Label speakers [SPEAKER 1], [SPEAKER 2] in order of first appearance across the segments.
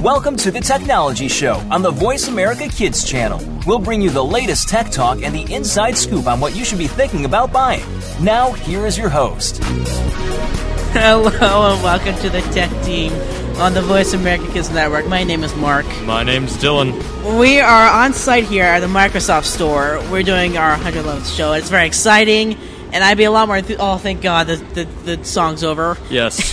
[SPEAKER 1] Welcome to the Technology Show on the Voice America Kids channel. We'll bring you the latest tech talk and the inside scoop on what you should be thinking about buying. Now, here is your host.
[SPEAKER 2] Hello and welcome to the Tech Team on the Voice America Kids Network. My name is Mark.
[SPEAKER 3] My name's Dylan.
[SPEAKER 2] We are on site here at the Microsoft Store. We're doing our 111th show. It's very exciting, and I'd be a lot more. Enth- oh, thank God the, the, the song's over.
[SPEAKER 3] Yes.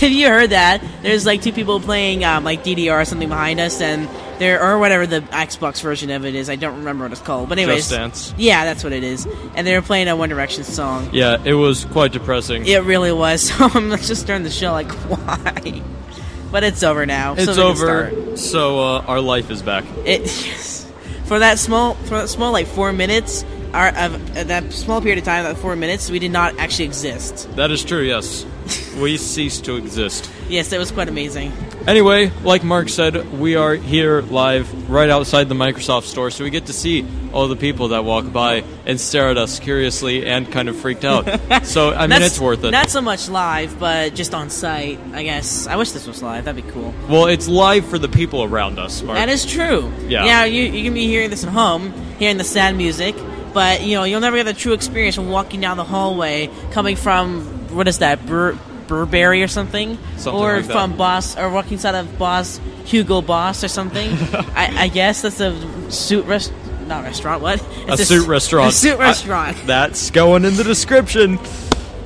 [SPEAKER 2] Have you heard that? There's like two people playing um, like DDR or something behind us, and there or whatever the Xbox version of it is. I don't remember what it's called, but anyways,
[SPEAKER 3] Just Dance.
[SPEAKER 2] yeah, that's what it is. And they were playing a One Direction song.
[SPEAKER 3] Yeah, it was quite depressing.
[SPEAKER 2] It really was. So I'm just during the show like, why? But it's over now. so
[SPEAKER 3] it's
[SPEAKER 2] we can start.
[SPEAKER 3] over, so uh, our life is back.
[SPEAKER 2] It yes. for that small for that small like four minutes. Our, of, uh, that small period of time, that four minutes, we did not actually exist.
[SPEAKER 3] That is true, yes. we cease to exist.
[SPEAKER 2] Yes, that was quite amazing.
[SPEAKER 3] Anyway, like Mark said, we are here live right outside the Microsoft store, so we get to see all the people that walk by and stare at us curiously and kind of freaked out. so, I mean,
[SPEAKER 2] That's-
[SPEAKER 3] it's worth it.
[SPEAKER 2] Not so much live, but just on site, I guess. I wish this was live. That'd be cool.
[SPEAKER 3] well, it's live for the people around us, Mark.
[SPEAKER 2] That is true.
[SPEAKER 3] Yeah.
[SPEAKER 2] Yeah, you, you can be hearing this at home, hearing the sad music, but you know you'll never get the true experience of walking down the hallway coming from what is that Bur- Burberry or something,
[SPEAKER 3] Something
[SPEAKER 2] or
[SPEAKER 3] like that.
[SPEAKER 2] from Boss or walking inside of Boss Hugo Boss or something. I, I guess that's a suit rest. Not restaurant. What?
[SPEAKER 3] a
[SPEAKER 2] It's
[SPEAKER 3] suit restaurant.
[SPEAKER 2] A suit
[SPEAKER 3] I-
[SPEAKER 2] restaurant.
[SPEAKER 3] that's going in the description.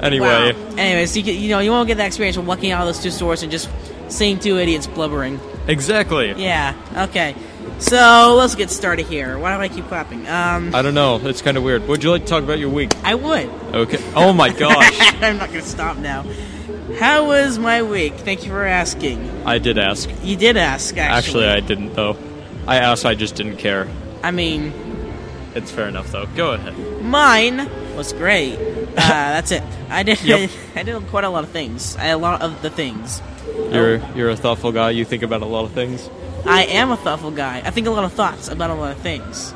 [SPEAKER 3] Anyway.
[SPEAKER 2] Wow. Anyways, you, get- you know you won't get that experience of walking out of those two stores and just seeing two idiots blubbering.
[SPEAKER 3] Exactly.
[SPEAKER 2] Yeah. Okay. So let's get started here. Why do I keep clapping? Um,
[SPEAKER 3] I don't know. It's kind of weird. Would you like to talk about your week?
[SPEAKER 2] I would.
[SPEAKER 3] Okay. Oh my gosh.
[SPEAKER 2] I'm not gonna stop now. How was my week? Thank you for asking.
[SPEAKER 3] I did ask.
[SPEAKER 2] You did ask,
[SPEAKER 3] Actually,
[SPEAKER 2] actually.
[SPEAKER 3] I didn't though. I asked. I just didn't care.
[SPEAKER 2] I mean,
[SPEAKER 3] It's fair enough though. Go ahead.
[SPEAKER 2] mine was great. Uh, that's it. I did.
[SPEAKER 3] Yep.
[SPEAKER 2] I did quite a lot of things. I, a lot of the things.
[SPEAKER 3] You're you're a thoughtful guy. You think about a lot of things.
[SPEAKER 2] I am a thoughtful guy. I think a lot of thoughts about a lot of things.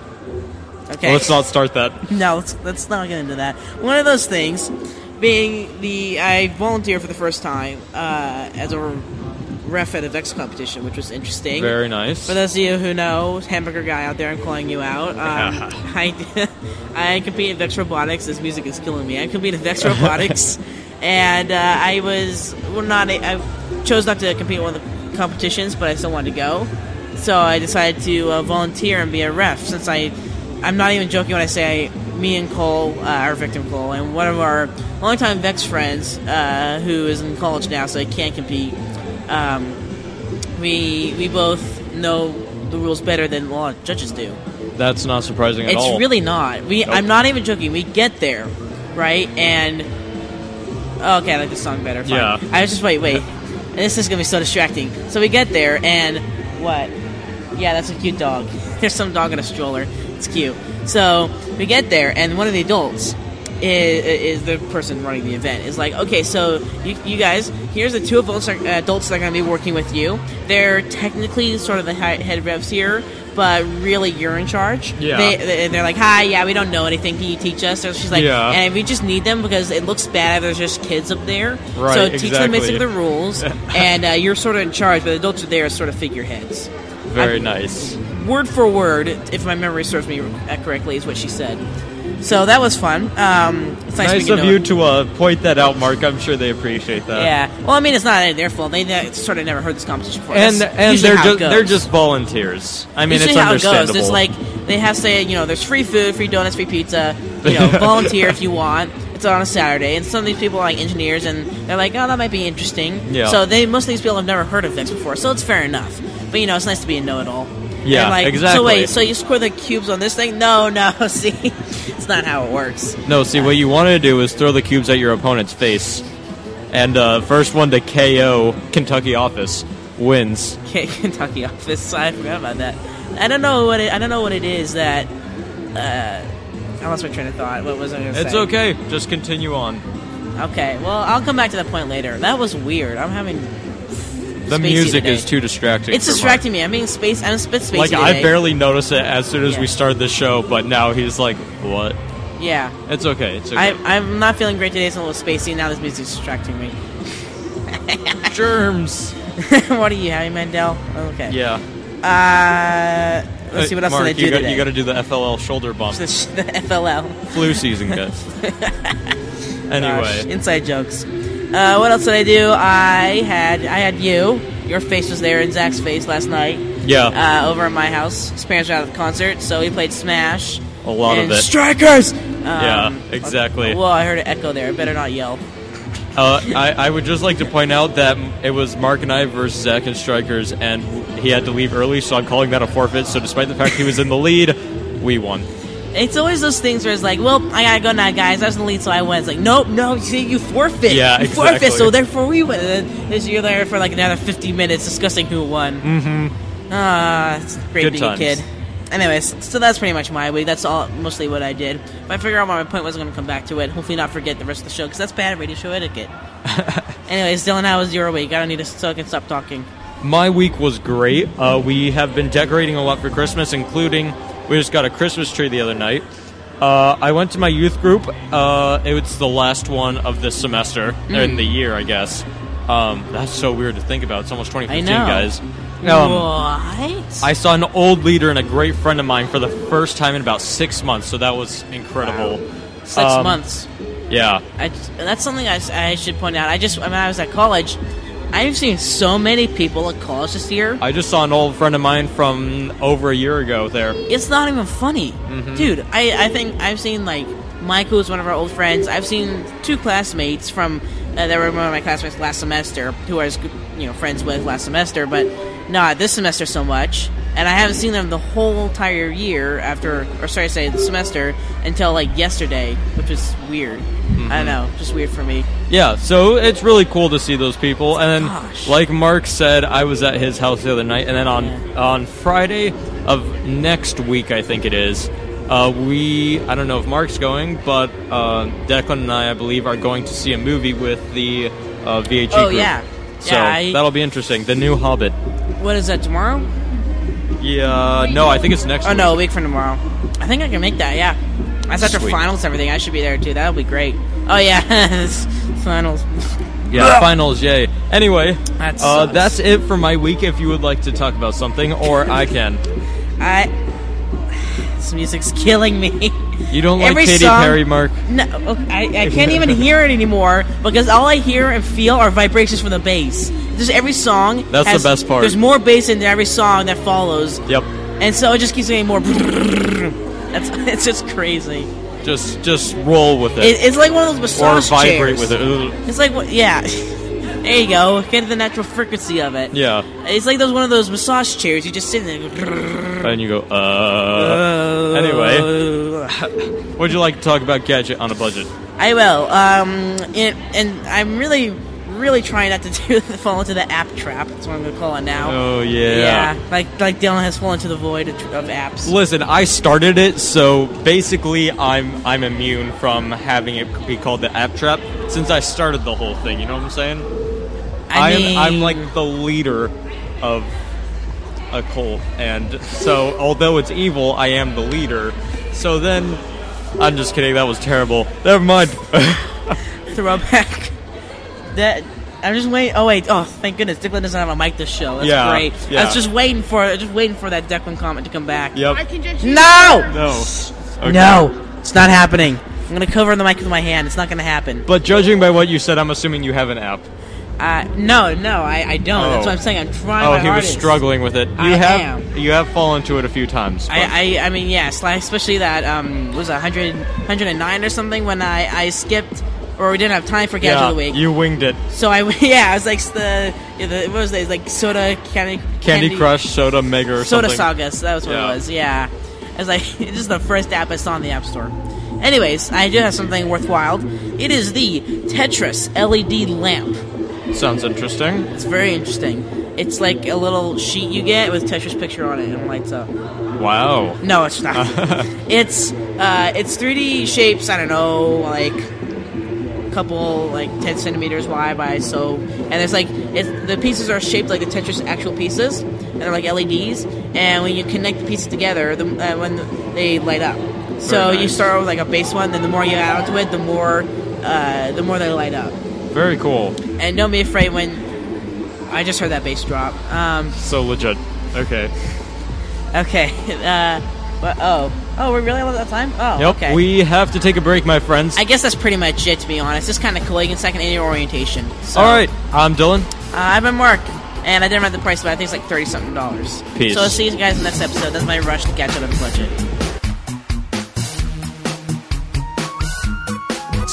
[SPEAKER 2] Okay.
[SPEAKER 3] Well, let's not start that.
[SPEAKER 2] No, let's, let's not get into that. One of those things being the I volunteered for the first time uh, as a ref at a Vex competition, which was interesting.
[SPEAKER 3] Very nice.
[SPEAKER 2] For those of you who know, hamburger guy out there, I'm calling you out. Um, I I compete in Vex Robotics. This music is killing me. I compete in Vex Robotics, and uh, I was well not. a- I chose not to compete in one of the competitions, but I still wanted to go. So I decided to uh, volunteer and be a ref. Since I, I'm not even joking when I say I, me and Cole, uh, our victim Cole, and one of our longtime Vex friends uh, who is in college now, so he can't compete. Um, we we both know the rules better than a lot of judges do.
[SPEAKER 3] That's not surprising at
[SPEAKER 2] it's
[SPEAKER 3] all.
[SPEAKER 2] really not. We
[SPEAKER 3] Nope.
[SPEAKER 2] I'm not even joking. We get there, right? And oh, okay, I like this song better. Fine.
[SPEAKER 3] Yeah.
[SPEAKER 2] I was just wait, wait. this is gonna be so distracting. So we get there, and what? Yeah, that's a cute dog. There's some dog in a stroller. It's cute. So we get there, and one of the adults is, is the person running the event. Is like, okay, so you, you guys, here's the two adults, are, adults that are going to be working with you. They're technically sort of the he- head revs here, but really you're in charge.
[SPEAKER 3] Yeah.
[SPEAKER 2] They, they, they're like, hi, yeah, we don't know anything. Can you teach us? So she's like,
[SPEAKER 3] Yeah.
[SPEAKER 2] and we just need them because it looks bad if there's just kids up there.
[SPEAKER 3] Right,
[SPEAKER 2] So teach them basically
[SPEAKER 3] exactly.
[SPEAKER 2] the rules, and uh, you're sort of in charge, but the adults are there as sort of figureheads
[SPEAKER 3] Very nice.
[SPEAKER 2] word for word, if my memory serves me correctly, is what she said. So that was fun. Um, it's nice,
[SPEAKER 3] Nice
[SPEAKER 2] we
[SPEAKER 3] of
[SPEAKER 2] can know-
[SPEAKER 3] you to uh, point that out, Mark. I'm sure they appreciate that.
[SPEAKER 2] Yeah. Well, I mean, it's not any of their fault. They, they sort of never heard this competition before.
[SPEAKER 3] And
[SPEAKER 2] That's
[SPEAKER 3] and
[SPEAKER 2] usually
[SPEAKER 3] they're
[SPEAKER 2] how it
[SPEAKER 3] just they're
[SPEAKER 2] goes.
[SPEAKER 3] just volunteers. I mean,
[SPEAKER 2] usually
[SPEAKER 3] it's
[SPEAKER 2] how it goes.
[SPEAKER 3] understandable.
[SPEAKER 2] It's like they have say you know there's free food, free donuts, free pizza. You know, volunteer if you want. It's on a Saturday, and some of these people are like engineers, and they're like, oh, that might be interesting.
[SPEAKER 3] Yeah.
[SPEAKER 2] So they most of these people have never heard of Vex before, so it's fair enough. But you know, it's nice to be a know-it-all.
[SPEAKER 3] Yeah,
[SPEAKER 2] And, like, So
[SPEAKER 3] exactly.
[SPEAKER 2] wait, so you score the cubes on this thing? No, no. See, it's not how it works.
[SPEAKER 3] No, see, what you want to do is throw the cubes at your opponent's face, and uh, first one to KO Kentucky Office wins.
[SPEAKER 2] K- Kentucky office. I forgot about that. I don't know what it, I don't know what it is that. Uh, I lost my train of thought. What was I going to say?
[SPEAKER 3] It's okay. Just continue on.
[SPEAKER 2] Okay, well, I'll come back to that point later. That was weird. I'm having
[SPEAKER 3] The
[SPEAKER 2] Spacey
[SPEAKER 3] music
[SPEAKER 2] today.
[SPEAKER 3] is too distracting.
[SPEAKER 2] it's
[SPEAKER 3] for Mark.
[SPEAKER 2] distracting me. I'm being space. I'm spit spacey.
[SPEAKER 3] Like I
[SPEAKER 2] today.
[SPEAKER 3] barely noticed it as soon as
[SPEAKER 2] Yeah.
[SPEAKER 3] we started the show, but now he's like, "What?"
[SPEAKER 2] Yeah,
[SPEAKER 3] It's okay. It's okay.
[SPEAKER 2] I, I'm not feeling great today. It's a little spacey. Now this music's distracting me.
[SPEAKER 3] Germs.
[SPEAKER 2] what are you, Howie Mandel? Okay.
[SPEAKER 3] Yeah.
[SPEAKER 2] Uh, let's see what else
[SPEAKER 3] Mark,
[SPEAKER 2] did I do
[SPEAKER 3] you got,
[SPEAKER 2] today.
[SPEAKER 3] You got to do the FLL shoulder bump.
[SPEAKER 2] the, sh- the FLL.
[SPEAKER 3] Flu season, guys. anyway,
[SPEAKER 2] Gosh, inside jokes. Uh, what else did I do? I had I had you. Your face was there in Zach's face last night.
[SPEAKER 3] yeah,
[SPEAKER 2] Uh, over at my house, his parents were out at the concert, so we played Smash.
[SPEAKER 3] a lot
[SPEAKER 2] and
[SPEAKER 3] of it.
[SPEAKER 2] Strikers. Um,
[SPEAKER 3] Yeah, exactly.
[SPEAKER 2] Well, I heard an echo there. I better not yell.
[SPEAKER 3] Uh, I, I would just like to point out that it was Mark and I versus Zach and Strikers, and he had to leave early, so I'm calling that a forfeit. So, despite the fact he was in the lead, we won.
[SPEAKER 2] It's always those things where it's like, well, I gotta go now, guys. I was in the lead, so I win. It's like, nope, no, you see, you forfeit.
[SPEAKER 3] Yeah,
[SPEAKER 2] you
[SPEAKER 3] exactly.
[SPEAKER 2] forfeit, so therefore we win. And then there's- you're there for like another 50 minutes discussing who won. Mm-hmm. Ah, it's great
[SPEAKER 3] Good
[SPEAKER 2] being
[SPEAKER 3] times.
[SPEAKER 2] a kid. Anyways, so that's pretty much my week. That's all, mostly what I did. If I figure out what my point was, I'm gonna come back to it. Hopefully, not forget the rest of the show because that's bad radio show etiquette. Anyways, Dylan, how was your week? I don't need to so I can stop talking.
[SPEAKER 3] My week was great. Uh, we have been decorating a lot for Christmas, including we just got a Christmas tree the other night. Uh, I went to my youth group. Uh, it was the last one of this semester in the year, I guess. Um, that's so weird to think about. It's almost 2015,
[SPEAKER 2] Mm. I know.
[SPEAKER 3] guys. Um,
[SPEAKER 2] what?
[SPEAKER 3] I saw an old leader and a great friend of mine for the first time in about six months, so that was incredible.
[SPEAKER 2] Six
[SPEAKER 3] um,
[SPEAKER 2] months.
[SPEAKER 3] Yeah,
[SPEAKER 2] I, that's something I, s- I should point out. I just when I was at college, I've seen so many people at college this year.
[SPEAKER 3] I just saw an old friend of mine from over a year ago there.
[SPEAKER 2] it's not even funny, dude. I, I think I've seen like Michael who's one of our old friends. I've seen two classmates from uh, that were one of my classmates last semester who I was you know friends with last semester, but not this semester so much. And I haven't seen them the whole entire year after, or sorry, say the semester until like yesterday, which was weird. I don't know, just weird for me.
[SPEAKER 3] Yeah, so it's really cool to see those people. And then,
[SPEAKER 2] Gosh.
[SPEAKER 3] like Mark said, I was at his house the other night. And then on
[SPEAKER 2] Yeah.
[SPEAKER 3] on Friday of next week, I think it is, uh, we I don't know if Mark's going, but uh, Declan and I, I believe, are going to see a movie with the uh, VHE
[SPEAKER 2] Oh,
[SPEAKER 3] group.
[SPEAKER 2] yeah.
[SPEAKER 3] So
[SPEAKER 2] Yeah, I-
[SPEAKER 3] that'll be interesting. The new Hobbit.
[SPEAKER 2] What is that tomorrow?
[SPEAKER 3] Yeah, no, I think it's next.
[SPEAKER 2] Oh no, a week from tomorrow. I think I can make that. Yeah, that's after
[SPEAKER 3] Sweet.
[SPEAKER 2] finals and everything. I should be there too. That would be great. Oh yeah, It's finals.
[SPEAKER 3] week. yeah, finals, yay. Anyway,
[SPEAKER 2] That
[SPEAKER 3] uh,
[SPEAKER 2] sucks.
[SPEAKER 3] that's it for my week. If you would like to talk about something, or I can.
[SPEAKER 2] I. This music's killing me.
[SPEAKER 3] You don't like
[SPEAKER 2] Every
[SPEAKER 3] Katy
[SPEAKER 2] song-
[SPEAKER 3] Perry, Mark?
[SPEAKER 2] No, I, I can't even hear it anymore because all I hear and feel are vibrations from the bass. Just every song.
[SPEAKER 3] That's the
[SPEAKER 2] has-
[SPEAKER 3] best part.
[SPEAKER 2] There's more bass in every song that follows.
[SPEAKER 3] Yep.
[SPEAKER 2] And so it just keeps getting more. That's it's just crazy.
[SPEAKER 3] Just just roll with
[SPEAKER 2] It,
[SPEAKER 3] it,
[SPEAKER 2] it's like one of those
[SPEAKER 3] or
[SPEAKER 2] massage
[SPEAKER 3] vibrate
[SPEAKER 2] chairs.
[SPEAKER 3] with it. Ugh.
[SPEAKER 2] It's like what? Yeah. there you go. Get the natural frequency of it.
[SPEAKER 3] Yeah,
[SPEAKER 2] It's like those one of those massage chairs. You just sit in there.
[SPEAKER 3] and you go. Uh. anyway. Would you like to talk about gadget on a budget?
[SPEAKER 2] I will. Um, and, and I'm really, really trying not to do, fall into the app trap. That's what I'm going to call it now.
[SPEAKER 3] Oh yeah.
[SPEAKER 2] Like like Dylan has fallen into the void of, of apps.
[SPEAKER 3] Listen, I started it, so basically I'm I'm immune from having it be called the app trap since I started the whole thing. You know what I'm saying?
[SPEAKER 2] I
[SPEAKER 3] am I'm
[SPEAKER 2] mean-
[SPEAKER 3] like the leader of a cult, and so although it's evil, I am the leader. So then, I'm just kidding. That was terrible. Never mind.
[SPEAKER 2] Throwback. That. I'm just waiting. Oh wait! Oh, thank goodness, Declan doesn't have a mic this show. That's
[SPEAKER 3] Yeah,
[SPEAKER 2] great.
[SPEAKER 3] yeah.
[SPEAKER 2] I was just waiting for, just waiting for that Declan comment to come back.
[SPEAKER 4] I
[SPEAKER 3] yep.
[SPEAKER 4] can just
[SPEAKER 2] No.
[SPEAKER 3] No. Okay.
[SPEAKER 2] No, it's not happening. I'm gonna cover the mic with my hand. It's not gonna happen.
[SPEAKER 3] But judging by what you said, I'm assuming you have an app.
[SPEAKER 2] Uh, no, no, I, I don't. That's what I'm saying. I'm trying.
[SPEAKER 3] Oh,
[SPEAKER 2] my
[SPEAKER 3] he was
[SPEAKER 2] hardest.
[SPEAKER 3] struggling with it. You
[SPEAKER 2] I
[SPEAKER 3] have
[SPEAKER 2] am.
[SPEAKER 3] you have fallen to it a few times. but-
[SPEAKER 2] I, I, I mean, yes, like, especially that um, was it, 100, 109 or something when I, I skipped or we didn't have time for
[SPEAKER 3] yeah,
[SPEAKER 2] gadget of the week.
[SPEAKER 3] you winged it.
[SPEAKER 2] so I yeah, I was like the, yeah, the what was it like soda candy
[SPEAKER 3] Candy, Crush, Soda Mega, or
[SPEAKER 2] soda
[SPEAKER 3] something.
[SPEAKER 2] saga. So that was what
[SPEAKER 3] Yeah.
[SPEAKER 2] it was. Yeah, I was like this is the first app I saw in the app store. Anyways, I do have something worthwhile. It is the Tetris LED lamp.
[SPEAKER 3] Sounds interesting.
[SPEAKER 2] It's very interesting. It's like a little sheet you get with Tetris picture on it and it lights up.
[SPEAKER 3] Wow.
[SPEAKER 2] No, it's not. it's uh, it's 3D shapes. I don't know, like couple like 10 centimeters wide by so, and there's like it's, the pieces are shaped like the Tetris actual pieces, and they're like LEDs. And when you connect the pieces together, the, uh, when they light up. So
[SPEAKER 3] Very
[SPEAKER 2] you
[SPEAKER 3] nice.
[SPEAKER 2] start with like a base one, then the more you add onto it, the more uh, the more they light up.
[SPEAKER 3] Very cool.
[SPEAKER 2] And don't be afraid when I just heard that bass drop. Um,
[SPEAKER 3] So legit. Okay.
[SPEAKER 2] Okay. Uh, but, oh. Oh, we're really out of time? Oh,
[SPEAKER 3] Yep.
[SPEAKER 2] okay.
[SPEAKER 3] We have to take a break, my friends.
[SPEAKER 2] I guess that's pretty much it, to be honest. Just kind of colleague and second annual orientation. So,
[SPEAKER 3] All right. I'm Dylan.
[SPEAKER 2] Uh, I've been Mark, and I didn't write the price, but I think it's like 30 something dollars.
[SPEAKER 3] Peace.
[SPEAKER 2] So I'll see you guys in the next episode. That's my rush to catch up on the budget.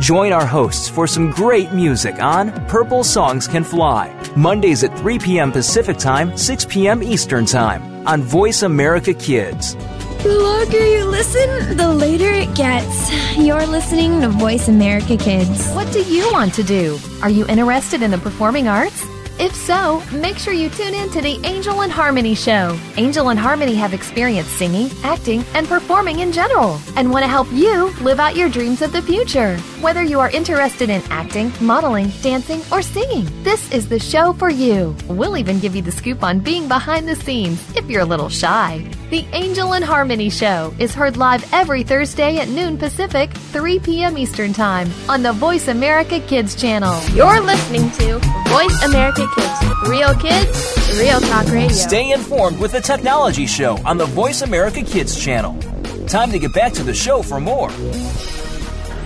[SPEAKER 1] Join our hosts for some great music on Purple Songs Can Fly, Mondays at 3 p.m. Pacific Time, 6 p.m. Eastern Time on Voice America Kids.
[SPEAKER 4] The longer you listen, the later it gets. You're listening to Voice America Kids.
[SPEAKER 5] What do you want to do? Are you interested in the performing arts? If so, make sure you tune in to the Angel and Harmony show. Angel and Harmony have experience singing, acting, and performing in general and want to help you live out your dreams of the future. Whether you are interested in acting, modeling, dancing, or singing, this is the show for you. We'll even give you the scoop on being behind the scenes if you're a little shy. The Angel and Harmony Show is heard live every Thursday at noon Pacific, 3 p.m. Eastern Time on the Voice America Kids channel.
[SPEAKER 6] You're listening to Voice America Kids. Real kids, real talk radio.
[SPEAKER 1] Stay informed with the Technology Show on the Voice America Kids channel. Time to get back to the show for more.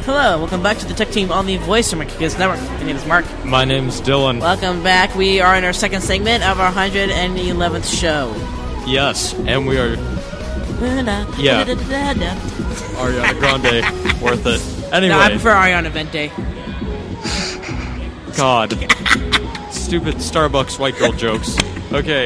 [SPEAKER 2] Hello, welcome back to the Tech Team on the Voice of America Kids Network. My name is Mark.
[SPEAKER 3] My name's Dylan.
[SPEAKER 2] Welcome back. We are in our second segment of our 111th show.
[SPEAKER 3] Yes, and we are Yeah.
[SPEAKER 2] Yeah. No,
[SPEAKER 3] Ariana Grande. Worth it. Anyway,
[SPEAKER 2] I prefer Ariana Vente.
[SPEAKER 3] God. Stupid Starbucks white girl jokes. Okay.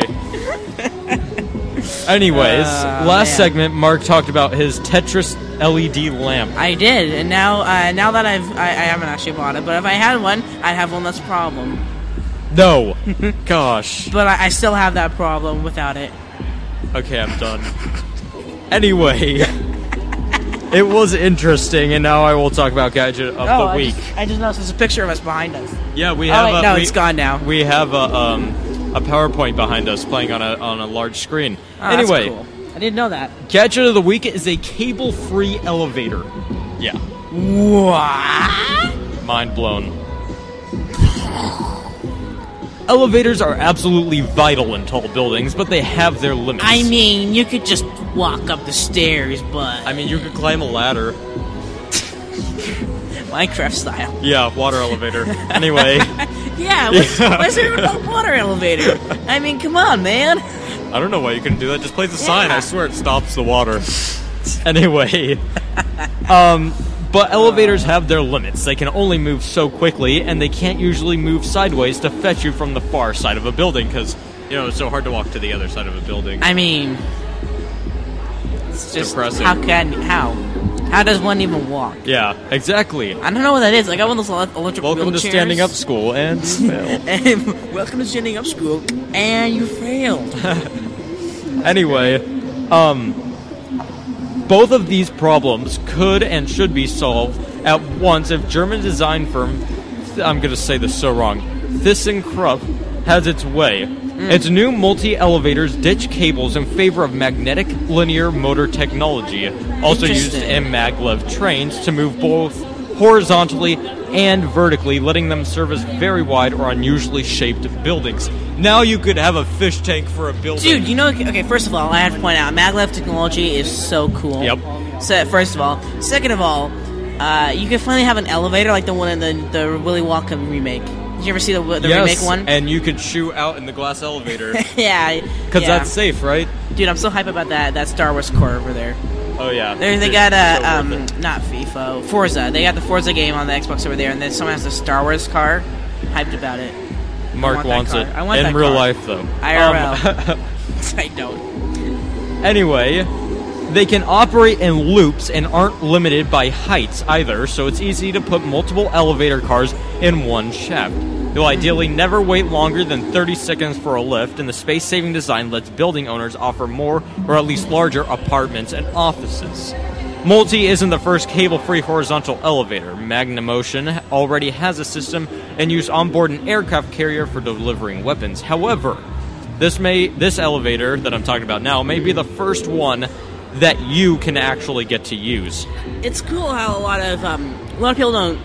[SPEAKER 3] Anyways,
[SPEAKER 2] Ah,
[SPEAKER 3] last
[SPEAKER 2] man.
[SPEAKER 3] segment, Mark talked about his Tetris LED lamp.
[SPEAKER 2] I did, and now uh, now that I've I, I haven't actually bought it, but if I had one, I'd have one less problem.
[SPEAKER 3] No. Gosh.
[SPEAKER 2] But I, I still have that problem without it.
[SPEAKER 3] Okay, I'm done. Anyway, it was interesting, and now I will talk about gadget of the
[SPEAKER 2] Oh, I
[SPEAKER 3] week.
[SPEAKER 2] just, I just noticed there's a picture of us behind us.
[SPEAKER 3] Yeah, we
[SPEAKER 2] Oh,
[SPEAKER 3] have.
[SPEAKER 2] wait,
[SPEAKER 3] a,
[SPEAKER 2] no,
[SPEAKER 3] we,
[SPEAKER 2] it's gone now.
[SPEAKER 3] We have a, um, a PowerPoint behind us playing on a on a large screen.
[SPEAKER 2] Oh, that's
[SPEAKER 3] anyway,
[SPEAKER 2] cool. I didn't know that.
[SPEAKER 3] gadget of the week is a cable-free elevator. Yeah,
[SPEAKER 2] What?
[SPEAKER 3] mind blown. Elevators are absolutely vital in tall buildings, but they have their limits.
[SPEAKER 2] I mean, you could just walk up the stairs, but
[SPEAKER 3] I mean, you could climb a ladder.
[SPEAKER 2] Minecraft style.
[SPEAKER 3] Yeah, water elevator. anyway,
[SPEAKER 2] Yeah, what's, what's there even about water elevator? I mean, come on, man.
[SPEAKER 3] I don't know why you couldn't do that. Just place a sign. I swear it stops the water. anyway, um, but elevators have their limits. They can only move so quickly, and they can't usually move sideways to fetch you from the far side of a building because you know it's so hard to walk to the other side of a building.
[SPEAKER 2] I mean, it's just
[SPEAKER 3] depressing.
[SPEAKER 2] how can how how does one even walk?
[SPEAKER 3] yeah, exactly.
[SPEAKER 2] I don't know what that is. Like I want those ele- electric
[SPEAKER 3] Welcome to
[SPEAKER 2] wheelchairs.
[SPEAKER 3] standing up school, and fail.
[SPEAKER 2] And welcome to standing up school, and you failed.
[SPEAKER 3] anyway, um, both of these problems could and should be solved at once if German design firm, I'm going to say this so wrong, ThyssenKrupp has its way.
[SPEAKER 2] Hmm.
[SPEAKER 3] Its new multi elevators ditch cables in favor of magnetic linear motor technology, also used
[SPEAKER 2] Interesting.
[SPEAKER 3] in maglev trains to move both horizontally and vertically, letting them service very wide or unusually shaped buildings. Now you could have a fish tank for a building.
[SPEAKER 2] Dude, you know, okay, first of all, I have to point out, maglev technology is so cool.
[SPEAKER 3] Yep.
[SPEAKER 2] So, first of all. Second of all, uh, you can finally have an elevator like the one in the, the Willy Wonka remake. Did you ever see the, the remake one?
[SPEAKER 3] And you could shoot out in the glass elevator.
[SPEAKER 2] yeah.
[SPEAKER 3] Because
[SPEAKER 2] yeah.
[SPEAKER 3] that's safe, right?
[SPEAKER 2] Dude, I'm so hype about that, that Star Wars core over there.
[SPEAKER 3] Oh, yeah.
[SPEAKER 2] There, they
[SPEAKER 3] It's
[SPEAKER 2] got a
[SPEAKER 3] so
[SPEAKER 2] um,
[SPEAKER 3] worth it.
[SPEAKER 2] not FIFA, Forza. They got the Forza game on the Xbox over there, and then someone has a Star Wars car. Hyped about it.
[SPEAKER 3] Mark
[SPEAKER 2] want that
[SPEAKER 3] wants
[SPEAKER 2] car.
[SPEAKER 3] it.
[SPEAKER 2] I want
[SPEAKER 3] in
[SPEAKER 2] that
[SPEAKER 3] real
[SPEAKER 2] car.
[SPEAKER 3] life, though.
[SPEAKER 2] IRL.
[SPEAKER 3] Um,
[SPEAKER 2] I don't.
[SPEAKER 3] anyway, they can operate in loops and aren't limited by heights either, so it's easy to put multiple elevator cars in one shaft. You'll ideally never wait longer than 30 seconds for a lift, and the space saving design lets building owners offer more or at least larger apartments and offices. Multi isn't the first cable free horizontal elevator. Magnamotion already has a system and used onboard an aircraft carrier for delivering weapons. However, this may this elevator that I'm talking about now may be the first one that you can actually get to use.
[SPEAKER 2] it's cool how a lot of um, a lot of people don't.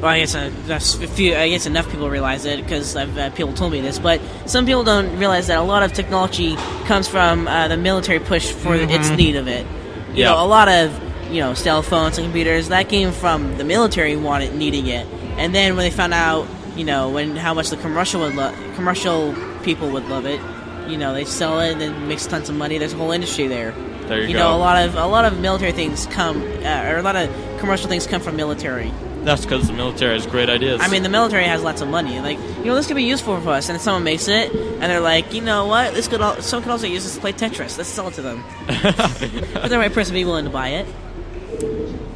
[SPEAKER 2] Well, I guess uh, that's a few. I guess enough people realize it because I've uh, people told me this, but some people don't realize that a lot of technology comes from uh, the military push for its need of it. You
[SPEAKER 3] Yeah.
[SPEAKER 2] know, a lot of you know cell phones and computers that came from the military wanted needing it, and then when they found out, you know, when how much the commercial would lo- commercial people would love it, you know, they sell it and then makes tons of money. There's a whole industry there
[SPEAKER 3] There you
[SPEAKER 2] know
[SPEAKER 3] go.
[SPEAKER 2] a lot of a lot of military things come uh, or a lot of commercial things come from military
[SPEAKER 3] That's because the military has great ideas.
[SPEAKER 2] i mean the military has lots of money like you know this could be useful for us and if someone makes it and they're like you know what this could al- someone could also use this to play tetris let's sell it to them but the right person be willing to buy it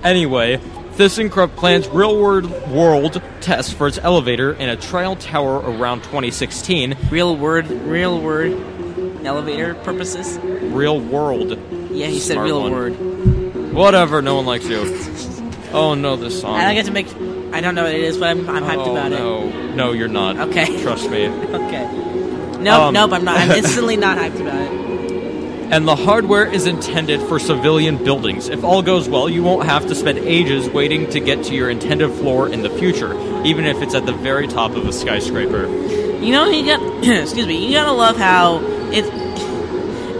[SPEAKER 3] Anyway, ThyssenKrupp plans real world, world tests for its elevator in a trial tower around 2016.
[SPEAKER 2] real word real word elevator purposes
[SPEAKER 3] Real world.
[SPEAKER 2] yeah he said
[SPEAKER 3] Smart
[SPEAKER 2] real
[SPEAKER 3] one.
[SPEAKER 2] word
[SPEAKER 3] Whatever, no one likes you. Oh no, this song.
[SPEAKER 2] and i get to make i don't know what it is but i'm, I'm hyped
[SPEAKER 3] oh,
[SPEAKER 2] about it
[SPEAKER 3] no. No, you're not.
[SPEAKER 2] Okay.
[SPEAKER 3] Trust me.
[SPEAKER 2] okay nope
[SPEAKER 3] Um,
[SPEAKER 2] nope i'm not i'm instantly not hyped about it
[SPEAKER 3] and the hardware is intended for civilian buildings. If all goes well, you won't have to spend ages waiting to get to your intended floor in the future, even if it's at the very top of a skyscraper.
[SPEAKER 2] You know, you got. excuse me. You gotta love how it.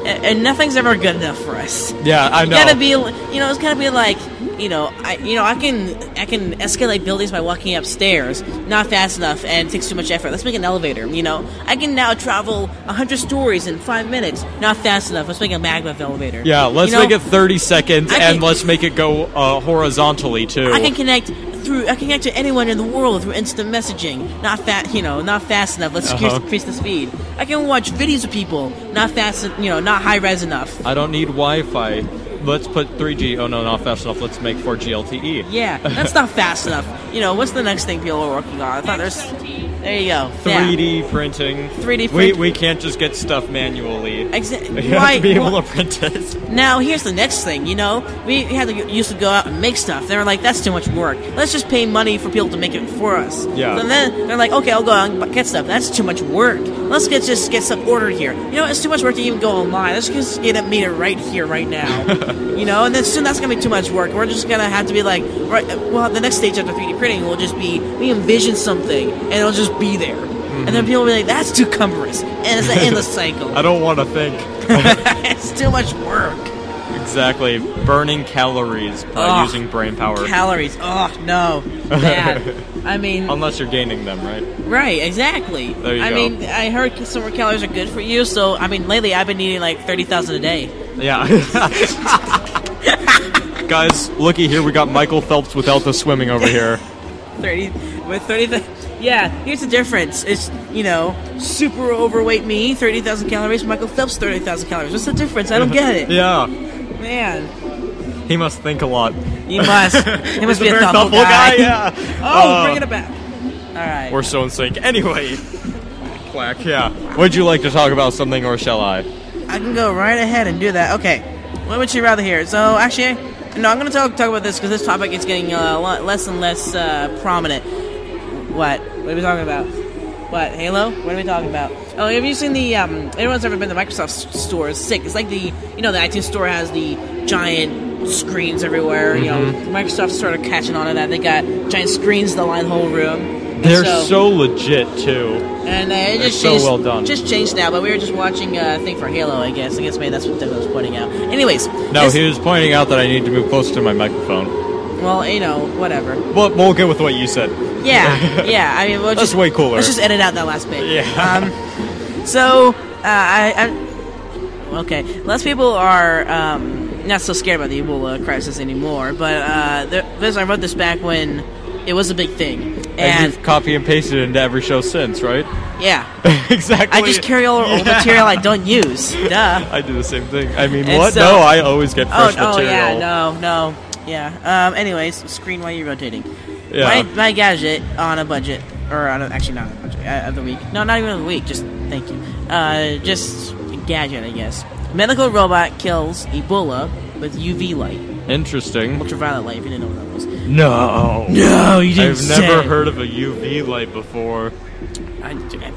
[SPEAKER 2] And nothing's ever good enough for us.
[SPEAKER 3] Yeah, I
[SPEAKER 2] You gotta be, you know, it's gotta be like, you know, I, you know, I can, I can escalate buildings by walking upstairs, not fast enough, and it takes too much effort. Let's make an elevator. You know, I can now travel hundred stories in five minutes, not fast enough. Let's make a maglev elevator.
[SPEAKER 3] Yeah, let's
[SPEAKER 2] You know,
[SPEAKER 3] make it 30 seconds
[SPEAKER 2] I
[SPEAKER 3] and
[SPEAKER 2] can-
[SPEAKER 3] let's make it go uh, horizontally too.
[SPEAKER 2] I can connect through. I can connect to anyone in the world through instant messaging. Not fast, you know, not fast enough. Let's increase-
[SPEAKER 3] Uh-huh.
[SPEAKER 2] increase the speed. I can watch videos of people. Not fast, you know, not high res enough.
[SPEAKER 3] I don't need Wi Fi. Let's put 3G. Oh no, not fast enough. Let's make 4G LTE.
[SPEAKER 2] Yeah, that's not fast enough. You know, what's the next thing people are working on? I thought there's. There you go. Yeah.
[SPEAKER 3] 3D printing.
[SPEAKER 2] 3D
[SPEAKER 3] We,
[SPEAKER 2] print-
[SPEAKER 3] we can't just get stuff manually.
[SPEAKER 2] Exa-
[SPEAKER 3] You have
[SPEAKER 2] why-
[SPEAKER 3] to be able
[SPEAKER 2] why-
[SPEAKER 3] to print it.
[SPEAKER 2] Now here's the next thing. You know, we had to used to go out and make stuff. They were like, "That's too much work. Let's just pay money for people to make it for us."
[SPEAKER 3] Yeah.
[SPEAKER 2] So then they're like, "Okay, I'll go out and bu- get stuff. That's too much work. Let's get just get stuff ordered here. You know, it's too much work to even go online. Let's just get it made it right here, right now. you know, and then soon that's gonna be too much work. We're just gonna have to be like, right. Well, the next stage after 3D printing will just be we envision something and it'll just be there. And then people will be like, "That's too cumbrous," and it's an endless cycle.
[SPEAKER 3] I don't want to think.
[SPEAKER 2] it's too much work.
[SPEAKER 3] Exactly. Burning calories by
[SPEAKER 2] Ugh.
[SPEAKER 3] using brain power.
[SPEAKER 2] Calories. Oh no, bad. I mean,
[SPEAKER 3] Unless you're gaining them, right?
[SPEAKER 2] right? Exactly.
[SPEAKER 3] Um, There you
[SPEAKER 2] I
[SPEAKER 3] go.
[SPEAKER 2] mean, I heard some more calories are good for you. So, I mean, lately I've been eating like thirty thousand a day.
[SPEAKER 3] Yeah. Guys, looky here. We got Michael Phelps without the swimming over here.
[SPEAKER 2] Thirty with thirty. Th- yeah. Here's the difference. It's you know, super overweight me thirty thousand calories. Michael Phelps thirty thousand calories. What's the difference? I don't get it.
[SPEAKER 3] Yeah.
[SPEAKER 2] Man,
[SPEAKER 3] He must think a lot.
[SPEAKER 2] you must. He must
[SPEAKER 3] He's
[SPEAKER 2] be a
[SPEAKER 3] very
[SPEAKER 2] thoughtful, guy.
[SPEAKER 3] Yeah.
[SPEAKER 2] Oh,
[SPEAKER 3] Uh,
[SPEAKER 2] bring it back. All right.
[SPEAKER 3] We're so in sync. Anyway. Quack. Yeah. Would you like to talk about something, or shall I?
[SPEAKER 2] I can go right ahead and do that. Okay. What would you rather hear? So, actually, no, I'm going to talk, talk about this because this topic is getting uh, a lot less and less uh, prominent. What? What are we talking about? What? Halo? What are we talking about? Oh, have you seen the? Um, everyone's ever been to Microsoft s- store. It's sick. It's like the you know the iTunes store has the giant screens everywhere. You know, Microsoft's sort of catching on to that. They got giant screens that line the whole room. And
[SPEAKER 3] They're so, legit too.
[SPEAKER 2] and uh, it
[SPEAKER 3] They're
[SPEAKER 2] just
[SPEAKER 3] so
[SPEAKER 2] changed,
[SPEAKER 3] well done.
[SPEAKER 2] Just changed now, but we were just watching uh, a thing for Halo, I guess. I guess maybe that's what Devin was pointing out. Anyways,
[SPEAKER 3] No,
[SPEAKER 2] this-
[SPEAKER 3] he was pointing out that I need to move closer to my microphone.
[SPEAKER 2] well, you know, whatever.
[SPEAKER 3] But we'll go with what you said.
[SPEAKER 2] Yeah, yeah. I mean, we'll
[SPEAKER 3] That's
[SPEAKER 2] just,
[SPEAKER 3] way cooler.
[SPEAKER 2] Let's just edit out that last bit.
[SPEAKER 3] Yeah.
[SPEAKER 2] Um, so, uh, I, I, okay, less people are um, not so scared about the Ebola crisis anymore. But uh, there, this, I wrote this back when it was a big thing,
[SPEAKER 3] And
[SPEAKER 2] and
[SPEAKER 3] you've copy and pasted it into every show since, right?
[SPEAKER 2] yeah,
[SPEAKER 3] exactly.
[SPEAKER 2] I just carry all, all
[SPEAKER 3] Yeah.
[SPEAKER 2] material I don't use. Duh.
[SPEAKER 3] I do the same thing. I mean,
[SPEAKER 2] And
[SPEAKER 3] what?
[SPEAKER 2] so-
[SPEAKER 3] no, I always get fresh
[SPEAKER 2] oh,
[SPEAKER 3] material.
[SPEAKER 2] Oh, yeah, no, no. Yeah. Um, anyways, screen while you're rotating.
[SPEAKER 3] Yeah.
[SPEAKER 2] My, my gadget on a budget, or on a, actually not on a budget, uh, of the week. No, not even of the week, just thank you. Uh, just a gadget, I guess. Medical robot kills Ebola with UV light.
[SPEAKER 3] Interesting.
[SPEAKER 2] Ultraviolet light, if you didn't know what that was.
[SPEAKER 3] No.
[SPEAKER 2] No, you
[SPEAKER 3] I've never heard of a UV light before.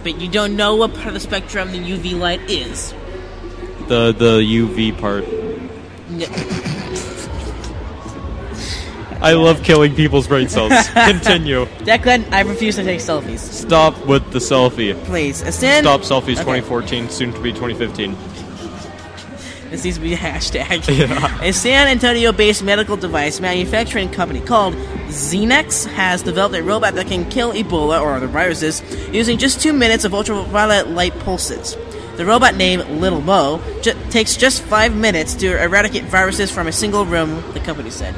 [SPEAKER 2] but you don't know what part of the spectrum the UV light is.
[SPEAKER 3] The the UV part.
[SPEAKER 2] N-
[SPEAKER 3] I love killing people's brain cells. Continue.
[SPEAKER 2] Declan, I refuse to take selfies.
[SPEAKER 3] Stop with the selfie.
[SPEAKER 2] Please, a sin.
[SPEAKER 3] Stop selfies
[SPEAKER 2] Okay.
[SPEAKER 3] 2014, soon to be 2015.
[SPEAKER 2] This needs to be a hashtag. A San Antonio based medical device manufacturing company called Xenex has developed a robot that can kill Ebola or other viruses using just two minutes of ultraviolet light pulses. The robot named Little Mo ju- takes just five minutes to eradicate viruses from a single room, the company said.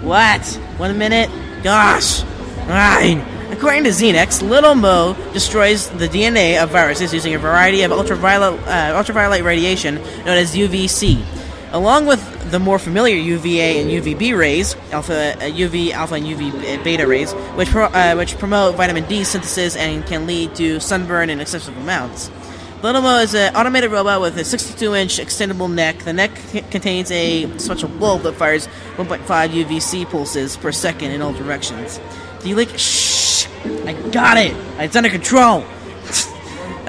[SPEAKER 2] What? One minute? Gosh! Fine. According to Xenex, Little Mo destroys the DNA of viruses using a variety of ultraviolet, uh, ultraviolet radiation known as UVC. Along with the more familiar UVA and UVB rays, alpha, uh, UV alpha and UV beta rays, which, pro- uh, which promote vitamin D synthesis and can lead to sunburn in excessive amounts. Lonomo is an automated robot with a 62-inch extendable neck. The neck c- contains a special bulb that fires 1.5 UVC pulses per second in all directions. The leak. Shh! I got it. It's under control.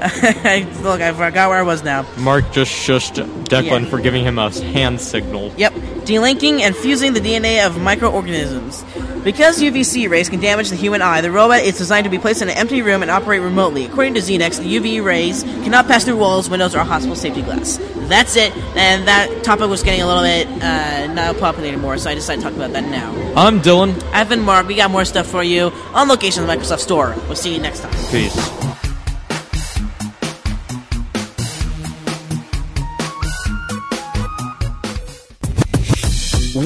[SPEAKER 2] Look, I forgot where I was now.
[SPEAKER 3] Mark just shushed Declan
[SPEAKER 2] Yeah.
[SPEAKER 3] for giving him a hand signal.
[SPEAKER 2] Yep, delinking and fusing the DNA of microorganisms. Because UVC rays can damage the human eye, the robot is designed to be placed in an empty room and operate remotely. According to Xenex, the UV rays cannot pass through walls, windows, or hospital safety glass. That's it, and that topic was getting a little bit uh, not popular anymore, so I decided to talk about that now.
[SPEAKER 3] I'm Dylan.
[SPEAKER 2] I've been Mark, we got more stuff for you on location at the Microsoft Store. We'll see you next time.
[SPEAKER 3] Peace.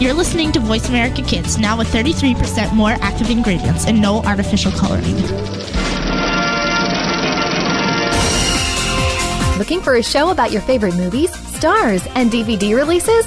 [SPEAKER 7] You're listening to Voice America Kids now with 33% more active ingredients and no artificial coloring.
[SPEAKER 5] Looking for a show about your favorite movies, stars, and DVD releases?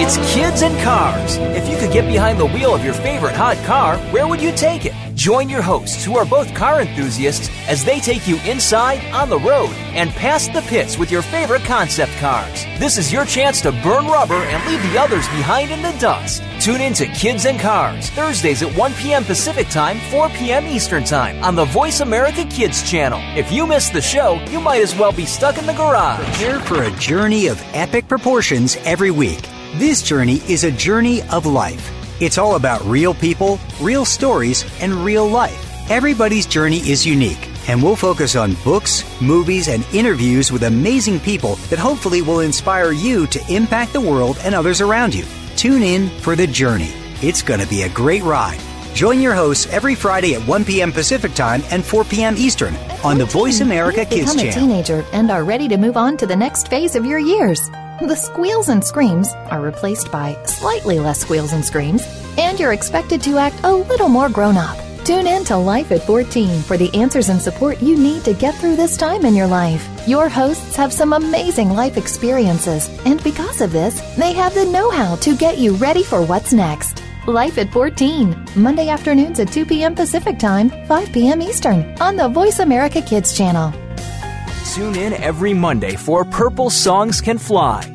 [SPEAKER 1] It's Kids and Cars. If you could get behind the wheel of your favorite hot car, where would you take it? Join your hosts, who are both car enthusiasts, as they take you inside, on the road, and past the pits with your favorite concept cars. This is your chance to burn rubber and leave the others behind in the dust. Tune in to Kids and Cars, Thursdays at 1 p.m. Pacific Time, 4 p.m. Eastern Time, on the Voice America Kids channel. If you miss the show, you might as well be stuck in the garage.
[SPEAKER 8] Prepare for a journey of epic proportions every week. This journey is a journey of life. It's all about real people, real stories, and real life. Everybody's journey is unique, and we'll focus on books, movies, and interviews with amazing people that hopefully will inspire you to impact the world and others around you. Tune in for the journey. It's going to be a great ride. Join your hosts every Friday at 1 p.m. Pacific Time and 4 p.m. Eastern on the Voice America
[SPEAKER 5] You've
[SPEAKER 8] Kids
[SPEAKER 5] become a
[SPEAKER 8] channel.
[SPEAKER 5] teenager and are ready to move on to the next phase of your years. The squeals and screams are replaced by slightly less squeals and screams, and you're expected to act a little more grown up. Tune in to Life at 14 for the answers and support you need to get through this time in your life. Your hosts have some amazing life experiences, and because of this, they have the know how to get you ready for what's next. Life at 14, Monday afternoons at 2 p.m. Pacific Time, 5 p.m. Eastern, on the Voice America Kids channel.
[SPEAKER 1] Tune in every Monday for Purple Songs Can Fly.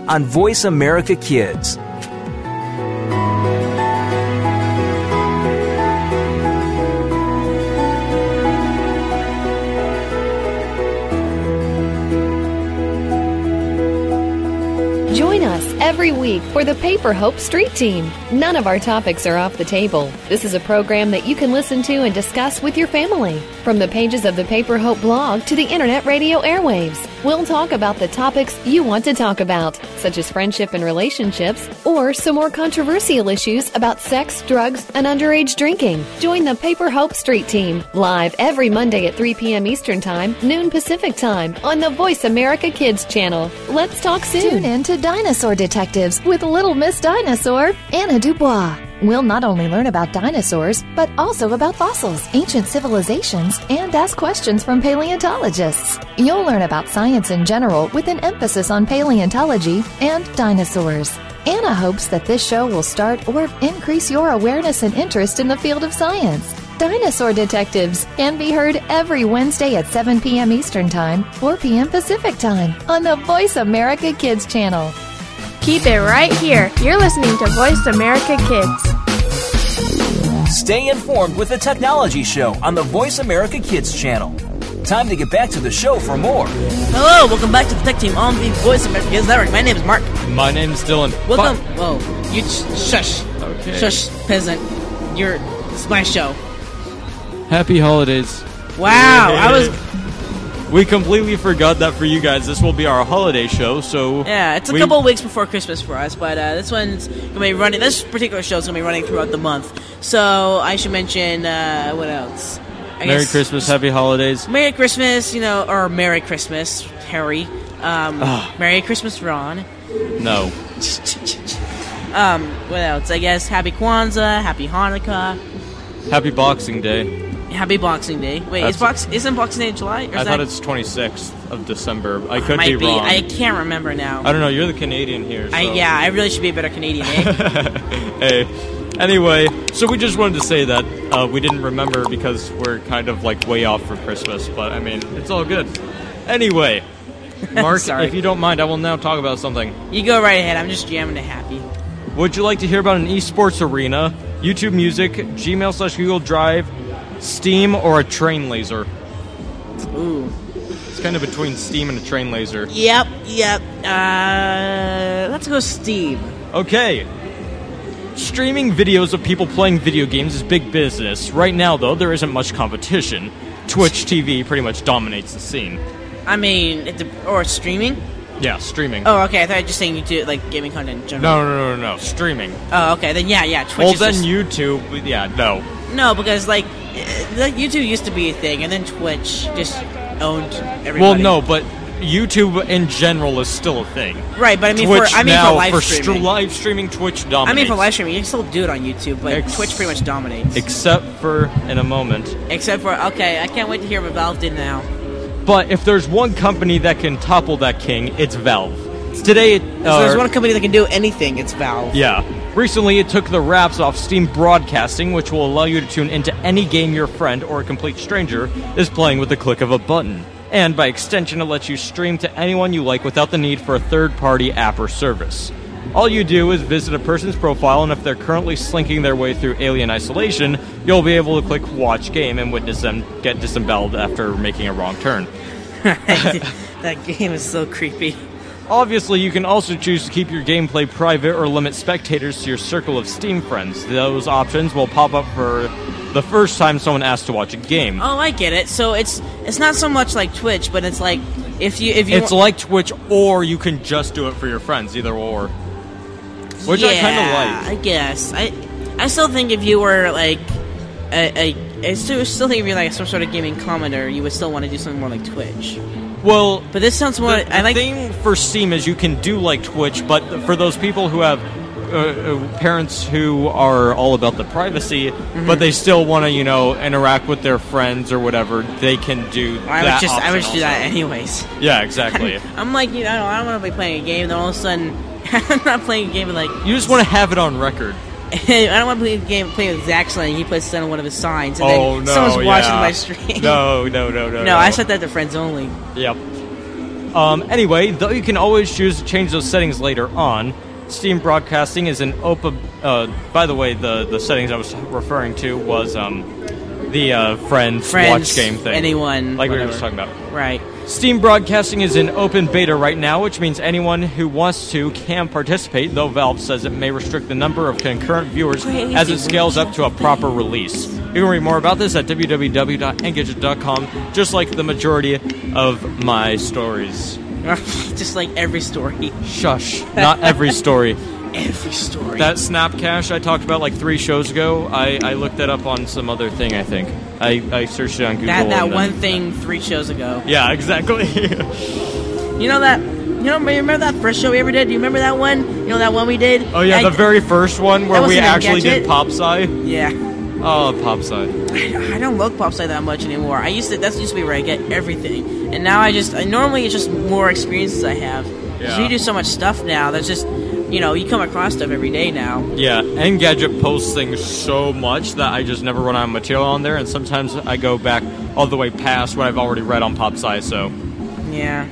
[SPEAKER 1] on Voice America Kids.
[SPEAKER 5] Join us every week for the Paper Hope Street Team. None of our topics are off the table. This is a program that you can listen to and discuss with your family. From the pages of the Paper Hope blog to the internet radio airwaves, we'll talk about the topics you want to talk about, such as friendship and relationships, or some more controversial issues about sex, drugs, and underage drinking. Join the Paper Hope Street Team live every Monday at 3 p.m. Eastern Time, noon Pacific Time on the Voice America Kids channel. Let's talk soon. Tune in to Dinosaur Detectives with Little Miss Dinosaur, Anna Dubois. We'll not only learn about dinosaurs, but also about fossils, ancient civilizations, and ask questions from paleontologists. You'll learn about science in general with an emphasis on paleontology and dinosaurs. Anna hopes that this show will start or increase your awareness and interest in the field of science. Dinosaur Detectives can be heard every Wednesday at 7 p.m. Eastern Time, 4 p.m. Pacific Time on the Voice America Kids channel.
[SPEAKER 6] Keep it right here. You're listening to Voice America Kids.
[SPEAKER 1] Stay informed with the Technology Show on the Voice America Kids channel. Time to get back to the show for more.
[SPEAKER 2] Hello, welcome back to the Tech Team on the Voice of America Kids Network. My name is Mark.
[SPEAKER 3] My name's Dylan.
[SPEAKER 2] Welcome.
[SPEAKER 3] Fuck.
[SPEAKER 2] Whoa, you sh- shush.
[SPEAKER 3] Okay.
[SPEAKER 2] Shush, peasant. You're. It's my show.
[SPEAKER 3] Happy holidays.
[SPEAKER 2] Wow, I was.
[SPEAKER 3] We completely forgot that for you guys. This will be our holiday show, so
[SPEAKER 2] Yeah, it's a
[SPEAKER 3] we-
[SPEAKER 2] couple of weeks before Christmas for us, but uh, this one's gonna be running. This particular show's gonna be running throughout the month. So I should mention uh, what else? I
[SPEAKER 3] Merry
[SPEAKER 2] guess-
[SPEAKER 3] Christmas, happy holidays.
[SPEAKER 2] Merry Christmas, you know, or Merry Christmas, Harry. Um,
[SPEAKER 3] Ah.
[SPEAKER 2] Merry Christmas, Ron.
[SPEAKER 3] No,
[SPEAKER 2] Um, what else? I guess Happy Kwanzaa, Happy Hanukkah,
[SPEAKER 3] happy Boxing Day.
[SPEAKER 2] Happy Boxing Day. Wait,
[SPEAKER 3] That's-
[SPEAKER 2] is box isn't Boxing Day in July? Or is
[SPEAKER 3] I
[SPEAKER 2] that,
[SPEAKER 3] thought it's 26th of December. I could
[SPEAKER 2] might
[SPEAKER 3] be wrong.
[SPEAKER 2] I can't remember now.
[SPEAKER 3] I don't know. You're the Canadian here. So.
[SPEAKER 2] I, yeah, I really should be a better Canadian. Eh?
[SPEAKER 3] Hey. Anyway, so we just wanted to say that uh, we didn't remember because we're kind of like way off for Christmas, but I mean, it's all good. Anyway, Mark,
[SPEAKER 2] Sorry.
[SPEAKER 3] if you don't mind, I will now talk about something.
[SPEAKER 2] you go right ahead. I'm just jamming to Happy.
[SPEAKER 3] Would you like to hear about an esports arena, YouTube Music, Gmail slash Google Drive, Steam, or a train laser?
[SPEAKER 2] Ooh.
[SPEAKER 3] It's kind of between Steam and a train laser.
[SPEAKER 2] Yep, yep. Uh, let's go, Steve.
[SPEAKER 3] Okay. Streaming videos of people playing video games is big business. Right now, though, there isn't much competition. Twitch TV pretty much dominates the scene.
[SPEAKER 2] I mean, it de- or streaming.
[SPEAKER 3] Yeah, streaming.
[SPEAKER 2] Oh, okay. I thought you were just saying you do like gaming content in general.
[SPEAKER 3] No, no, no, no, no, streaming.
[SPEAKER 2] Oh, okay. Then yeah, yeah. Twitch
[SPEAKER 3] well,
[SPEAKER 2] is
[SPEAKER 3] then
[SPEAKER 2] just-
[SPEAKER 3] YouTube. Yeah, no.
[SPEAKER 2] No, because like, eh, like YouTube used to be a thing, and then Twitch just owned everybody.
[SPEAKER 3] Well, no, but YouTube in general is still a thing.
[SPEAKER 2] Right, but I mean
[SPEAKER 3] Twitch
[SPEAKER 2] for I mean
[SPEAKER 3] now
[SPEAKER 2] for live
[SPEAKER 3] for str-
[SPEAKER 2] streaming.
[SPEAKER 3] live streaming, Twitch
[SPEAKER 2] I
[SPEAKER 3] dominates.
[SPEAKER 2] mean for live streaming, you can still do it on YouTube, but
[SPEAKER 3] Ex-
[SPEAKER 2] Twitch pretty much dominates.
[SPEAKER 3] Except for in a moment.
[SPEAKER 2] Except for okay, I can't wait to hear what Valve did now.
[SPEAKER 3] But if there's one company that can topple that king, it's Valve. Today, uh, it,
[SPEAKER 2] So there's
[SPEAKER 3] or-
[SPEAKER 2] one company that can do anything. It's Valve.
[SPEAKER 3] Yeah. Recently, it took the wraps off Steam Broadcasting, which will allow you to tune into any game your friend or a complete stranger is playing with the click of a button. And by extension, it lets you stream to anyone you like without the need for a third party app or service. All you do is visit a person's profile, and if they're currently slinking their way through Alien Isolation, you'll be able to click Watch Game and witness them get disemboweled after making a wrong turn.
[SPEAKER 2] that game is so creepy.
[SPEAKER 3] Obviously, you can also choose to keep your gameplay private or limit spectators to your circle of Steam friends. Those options will pop up for the first time someone asks to watch a game.
[SPEAKER 2] Oh, I get it. So it's it's not so much like Twitch, but it's like if you if you
[SPEAKER 3] it's like Twitch, or you can just do it for your friends, either or. Which I
[SPEAKER 2] Yeah,
[SPEAKER 3] kind of like.
[SPEAKER 2] I guess I I still think if you were like a, a I still, still think if you're like some sort of gaming commenter, you would still want to do something more like Twitch.
[SPEAKER 3] Well,
[SPEAKER 2] But this sounds more.
[SPEAKER 3] the, the
[SPEAKER 2] I like.
[SPEAKER 3] thing for Steam is you can do like Twitch, but for those people who have uh, uh, parents who are all about the privacy,
[SPEAKER 2] Mm-hmm.
[SPEAKER 3] but they still want to, you know, interact with their friends or whatever, they can do
[SPEAKER 2] I
[SPEAKER 3] that
[SPEAKER 2] would just I
[SPEAKER 3] option
[SPEAKER 2] would just do that
[SPEAKER 3] also.
[SPEAKER 2] anyways.
[SPEAKER 3] Yeah, exactly.
[SPEAKER 2] I'm like you know I don't want to be playing a game, then all of a sudden I'm not playing a game and like
[SPEAKER 3] you just want to have it on record.
[SPEAKER 2] I don't want to play a game playing with Zaxxon and he puts it on one of his signs and
[SPEAKER 3] oh
[SPEAKER 2] then
[SPEAKER 3] no!
[SPEAKER 2] someone's watching
[SPEAKER 3] yeah.
[SPEAKER 2] my stream.
[SPEAKER 3] No, no, no, no.
[SPEAKER 2] No, I set that to friends only.
[SPEAKER 3] Yep. Um, anyway, though you can always choose to change those settings later on. Steam Broadcasting is an open. Uh, by the way, the the settings I was referring to was um, the uh, friends,
[SPEAKER 2] Friends,
[SPEAKER 3] watch game thing.
[SPEAKER 2] anyone,
[SPEAKER 3] like we were
[SPEAKER 2] whatever.
[SPEAKER 3] just talking about.
[SPEAKER 2] Right.
[SPEAKER 3] Steam Broadcasting is in open beta right now, which means anyone who wants to can participate, though Valve says it may restrict the number of concurrent viewers as it scales up to a proper release. You can read more about this at www.engadget.com, just like the majority of my stories.
[SPEAKER 2] just like every story.
[SPEAKER 3] Shush, not every story.
[SPEAKER 2] Every story.
[SPEAKER 3] That Snapcash I talked about like three shows ago, I, I looked that up on some other thing, I think. I, I searched it on Google.
[SPEAKER 2] that, that
[SPEAKER 3] and then-
[SPEAKER 2] one thing three shows ago.
[SPEAKER 3] Yeah, exactly.
[SPEAKER 2] You know that. You know, you remember that first show we ever did? Do you remember that one? You know that one we did?
[SPEAKER 3] Oh yeah,
[SPEAKER 2] I-
[SPEAKER 3] the very first one where
[SPEAKER 2] That
[SPEAKER 3] we
[SPEAKER 2] wasn't on
[SPEAKER 3] actually did
[SPEAKER 2] Gadget.
[SPEAKER 3] Popsci.
[SPEAKER 2] yeah.
[SPEAKER 3] Oh, Popsci.
[SPEAKER 2] I don't look Popside that much anymore. I used to. That used to be where I get everything, and now I just. I, normally, it's just more experiences I have. 'Cause
[SPEAKER 3] Yeah.
[SPEAKER 2] You do so much stuff now. That's just. You know, you come across stuff every day now.
[SPEAKER 3] Yeah, Engadget posts things so much that I just never run out of material on there, and sometimes I go back all the way past what I've already read on Popsci. So,
[SPEAKER 2] Yeah.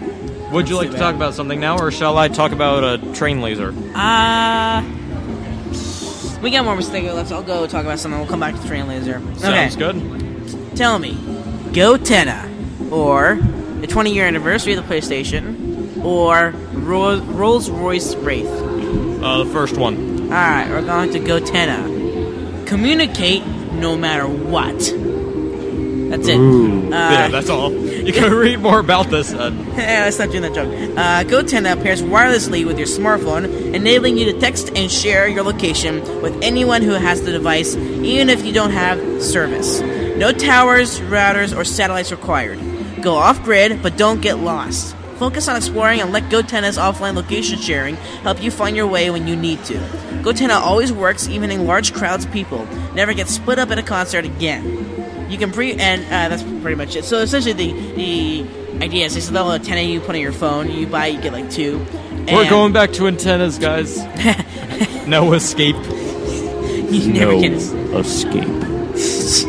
[SPEAKER 3] would you
[SPEAKER 2] That's
[SPEAKER 3] like
[SPEAKER 2] too
[SPEAKER 3] to
[SPEAKER 2] bad.
[SPEAKER 3] talk about something now, or shall I talk about a train laser?
[SPEAKER 2] Uh. We got more mistakes left. I'll go talk about something. We'll come back to the train laser.
[SPEAKER 3] Sounds
[SPEAKER 2] okay.
[SPEAKER 3] good.
[SPEAKER 2] Tell me, Gotenna, or the 20 year anniversary of the PlayStation, or Ro- Rolls Royce Wraith.
[SPEAKER 3] Uh, the first one.
[SPEAKER 2] Alright, we're going to Gotenna. Communicate no matter what. That's it. Uh,
[SPEAKER 3] yeah, that's all. You can read more about this. Uh,
[SPEAKER 2] yeah, let's not do that joke. Uh, GoTenna pairs wirelessly with your smartphone, enabling you to text and share your location with anyone who has the device, even if you don't have service. No towers, routers, or satellites required. Go off grid, but don't get lost. Focus on exploring and let GoTenna's offline location sharing help you find your way when you need to. GoTenna always works, even in large crowds of people. Never get split up at a concert again. You can pre and uh, that's pretty much it. So essentially, the the idea is it's a level of 10 you put on your phone. You buy, you get like two.
[SPEAKER 3] we're
[SPEAKER 2] and
[SPEAKER 3] going back to antennas, guys. no escape.
[SPEAKER 2] You never
[SPEAKER 3] no
[SPEAKER 2] get it.
[SPEAKER 3] escape.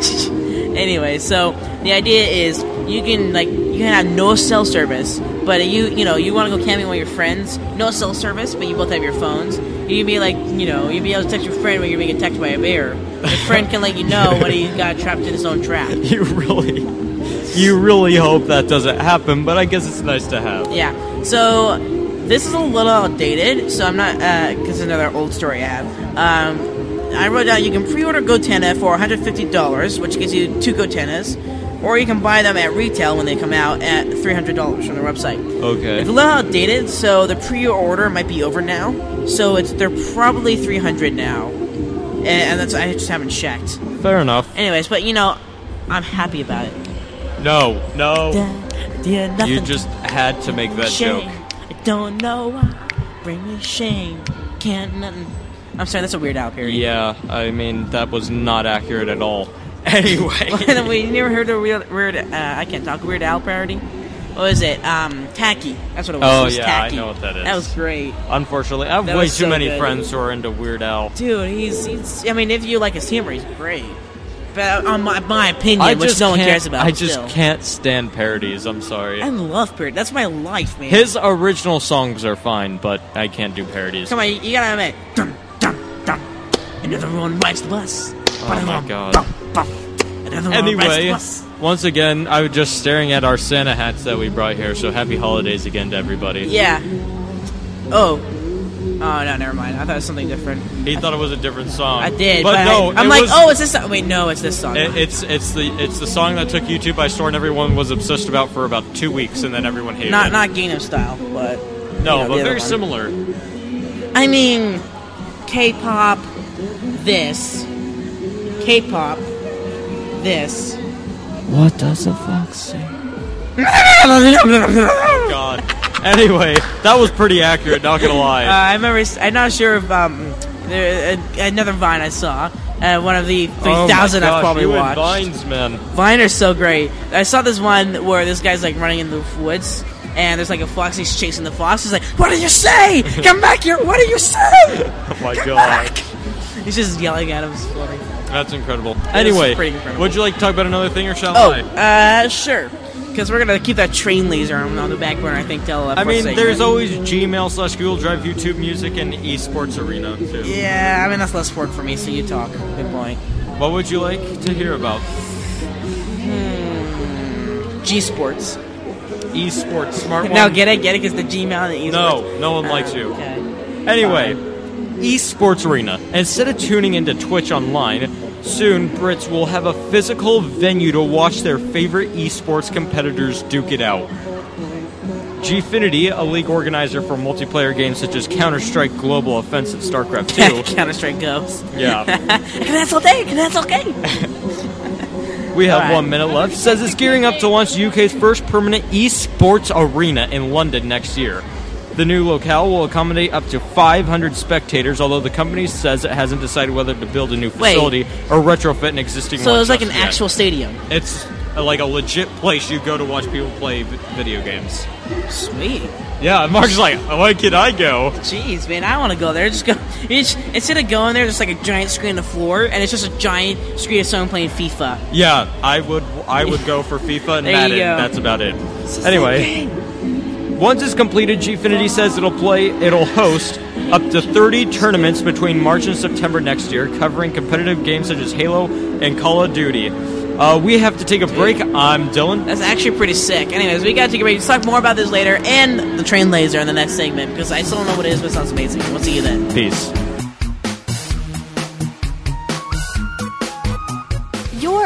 [SPEAKER 2] anyway, so the idea is you can like you can have no cell service, but you you know you want to go camping with your friends, no cell service, but you both have your phones. You can be like you know you'd be able to text your friend when you're being attacked by a bear. Your friend can let you know when he got trapped in his own trap.
[SPEAKER 3] You really, you really hope that doesn't happen, but I guess it's nice to have.
[SPEAKER 2] Yeah. So this is a little outdated, so I'm not because another old story I have. Um, I wrote down you can pre-order Gotenna for $150, which gives you two Gotennas. or you can buy them at retail when they come out at $300 from their website.
[SPEAKER 3] Okay.
[SPEAKER 2] It's a little outdated, so the pre-order might be over now. So it's they're probably 300 now, and, and that's I just haven't checked.
[SPEAKER 3] Fair enough.
[SPEAKER 2] Anyways, but you know, I'm happy about it.
[SPEAKER 3] No, no.
[SPEAKER 2] Da- da- nothing
[SPEAKER 3] You just had to make that
[SPEAKER 2] shame.
[SPEAKER 3] joke.
[SPEAKER 2] I don't know why. Bring me shame. Can't nothing. I'm sorry, that's a weird out period.
[SPEAKER 3] Yeah, I mean that was not accurate at all. Anyway,
[SPEAKER 2] Yeah. we never heard a weird, weird uh, I can't talk weird Al parody. What was it? Um, tacky. That's what it was.
[SPEAKER 3] Oh,
[SPEAKER 2] It was
[SPEAKER 3] yeah, I
[SPEAKER 2] tacky.
[SPEAKER 3] know what that is.
[SPEAKER 2] That was great,
[SPEAKER 3] unfortunately, I have
[SPEAKER 2] That
[SPEAKER 3] way too
[SPEAKER 2] was so
[SPEAKER 3] many
[SPEAKER 2] good.
[SPEAKER 3] friends who are into Weird Al.
[SPEAKER 2] dude. He's, he's. I mean, if you like his humor, he's great. But on my, my opinion,
[SPEAKER 3] I
[SPEAKER 2] which
[SPEAKER 3] just
[SPEAKER 2] no one
[SPEAKER 3] can't-
[SPEAKER 2] cares about.
[SPEAKER 3] I just
[SPEAKER 2] still.
[SPEAKER 3] can't stand parodies. I'm sorry.
[SPEAKER 2] I love parody. That's my life, man.
[SPEAKER 3] His original songs are fine, but I can't do parodies.
[SPEAKER 2] Come on, you, you gotta admit. Dum, dum, dum. Another one bites the bus.
[SPEAKER 3] Oh my
[SPEAKER 2] Bum,
[SPEAKER 3] God.
[SPEAKER 2] bum, bum. Another one bites the
[SPEAKER 3] Anyway,
[SPEAKER 2] bus.
[SPEAKER 3] once again, I was just staring at our Santa hats that we brought here. So happy holidays again to everybody.
[SPEAKER 2] Yeah. Oh. Oh no, never mind. I thought it was something different.
[SPEAKER 3] He thought it was a different song.
[SPEAKER 2] I did,
[SPEAKER 3] but,
[SPEAKER 2] but,
[SPEAKER 3] no,
[SPEAKER 2] I, am
[SPEAKER 3] it
[SPEAKER 2] like,
[SPEAKER 3] was-
[SPEAKER 2] oh, it's this. Song. Wait, no, it's this song.
[SPEAKER 3] It, it's it's the it's the song that took YouTube by storm. Everyone was obsessed about for about two weeks, and then everyone hated
[SPEAKER 2] not
[SPEAKER 3] it.
[SPEAKER 2] not Gangnam Style, but
[SPEAKER 3] no,
[SPEAKER 2] you know, the
[SPEAKER 3] but
[SPEAKER 2] other one.
[SPEAKER 3] very similar.
[SPEAKER 2] I mean, K-pop, this, K-pop, this.
[SPEAKER 3] What does the fox say? God. Anyway, that was pretty accurate. Not gonna lie.
[SPEAKER 2] Uh, I remember. s- I'm not sure if um, there, uh, another Vine I saw. Uh, one of the 3,000
[SPEAKER 3] oh my
[SPEAKER 2] I've
[SPEAKER 3] gosh,
[SPEAKER 2] probably
[SPEAKER 3] you and
[SPEAKER 2] watched.
[SPEAKER 3] Vines, man.
[SPEAKER 2] Vine are so great. I saw this one where this guy's like running in the woods, and there's like a fox. He's chasing the fox. He's like, "What did you say? Come back here! What did you say?"
[SPEAKER 3] Oh my god,
[SPEAKER 2] He's just yelling at him. It's funny.
[SPEAKER 3] that's incredible. Anyway,
[SPEAKER 2] pretty incredible.
[SPEAKER 3] would you like to talk about another thing, or shall
[SPEAKER 2] Oh,
[SPEAKER 3] I?
[SPEAKER 2] uh, sure. Because we're gonna keep that train laser on, on the back burner. I think till. Uh,
[SPEAKER 3] I
[SPEAKER 2] for
[SPEAKER 3] mean,
[SPEAKER 2] segment.
[SPEAKER 3] there's always Gmail slash Google Drive, YouTube Music, and esports arena too.
[SPEAKER 2] Yeah, I mean that's less work for me. So you talk. Good point.
[SPEAKER 3] What would you like to hear about?
[SPEAKER 2] G Sports.
[SPEAKER 3] Esports, smart one.
[SPEAKER 2] Now get it, get it, because the Gmail and the E.
[SPEAKER 3] No, no one likes you.
[SPEAKER 2] Okay.
[SPEAKER 3] Anyway, Esports Arena. Instead of tuning into Twitch online, soon Brits will have a physical venue to watch their favorite esports competitors duke it out. Gfinity, a league organizer for multiplayer games such as Counter Strike Global Offensive StarCraft 2,
[SPEAKER 2] Counter Strike goes.
[SPEAKER 3] yeah,
[SPEAKER 2] that's okay. That's okay.
[SPEAKER 3] we have
[SPEAKER 2] Alright.
[SPEAKER 3] one minute left, says it's gearing up to launch the UK's first permanent esports arena in London next year. The new locale will accommodate up to 500 spectators, although the company says it hasn't decided whether to build a new
[SPEAKER 2] Wait.
[SPEAKER 3] facility or retrofit an existing
[SPEAKER 2] So
[SPEAKER 3] one.
[SPEAKER 2] it was like an
[SPEAKER 3] just yet.
[SPEAKER 2] actual stadium.
[SPEAKER 3] It's uh, like a legit place you go to watch people play v- video games.
[SPEAKER 2] Sweet.
[SPEAKER 3] Yeah, and Mark's like, why can I go?
[SPEAKER 2] Jeez, man, I want to go there. Just go. you just- instead of going there, there's like a giant screen on the floor, and it's just a giant screen of someone playing FIFA.
[SPEAKER 3] Yeah, I would. I would go for FIFA and
[SPEAKER 2] There you
[SPEAKER 3] Madden.
[SPEAKER 2] go.
[SPEAKER 3] That's about it. Anyway, once it's completed, Gfinity says it'll play. It'll host up to 30 tournaments between March and September next year, covering competitive games such as Halo and Call of Duty. Uh, we have to take a break. I'm Dylan.
[SPEAKER 2] That's actually pretty sick. Anyways, we got to get ready to talk more about this later and the train laser in the next segment because I still don't know what it is, but it sounds amazing. We'll see you then.
[SPEAKER 3] Peace.
[SPEAKER 5] You're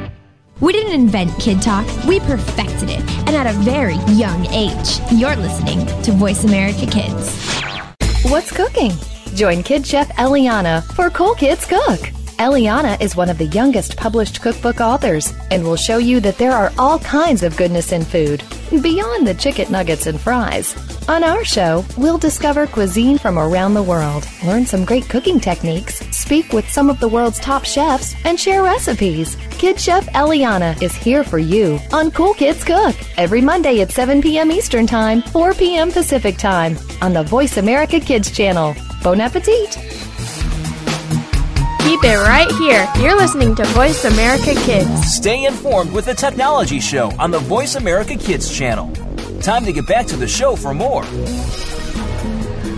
[SPEAKER 4] We didn't invent Kid Talk, we perfected it, and at a very young age. You're listening to Voice America Kids.
[SPEAKER 5] What's cooking? Join Kid Chef Eliana for Cool Kids Cook. Eliana is one of the youngest published cookbook authors and will show you that there are all kinds of goodness in food, beyond the chicken nuggets and fries. On our show, we'll discover cuisine from around the world, learn some great cooking techniques, speak with some of the world's top chefs, and share recipes. Kid Chef Eliana is here for you on Cool Kids Cook every Monday at 7 p.m. Eastern Time, 4 p.m. Pacific Time on the Voice America Kids channel. Bon appetit!
[SPEAKER 6] Keep it right here. You're listening to Voice America Kids.
[SPEAKER 1] Stay informed with the Technology Show on the Voice America Kids channel. Time to get back to the show for more.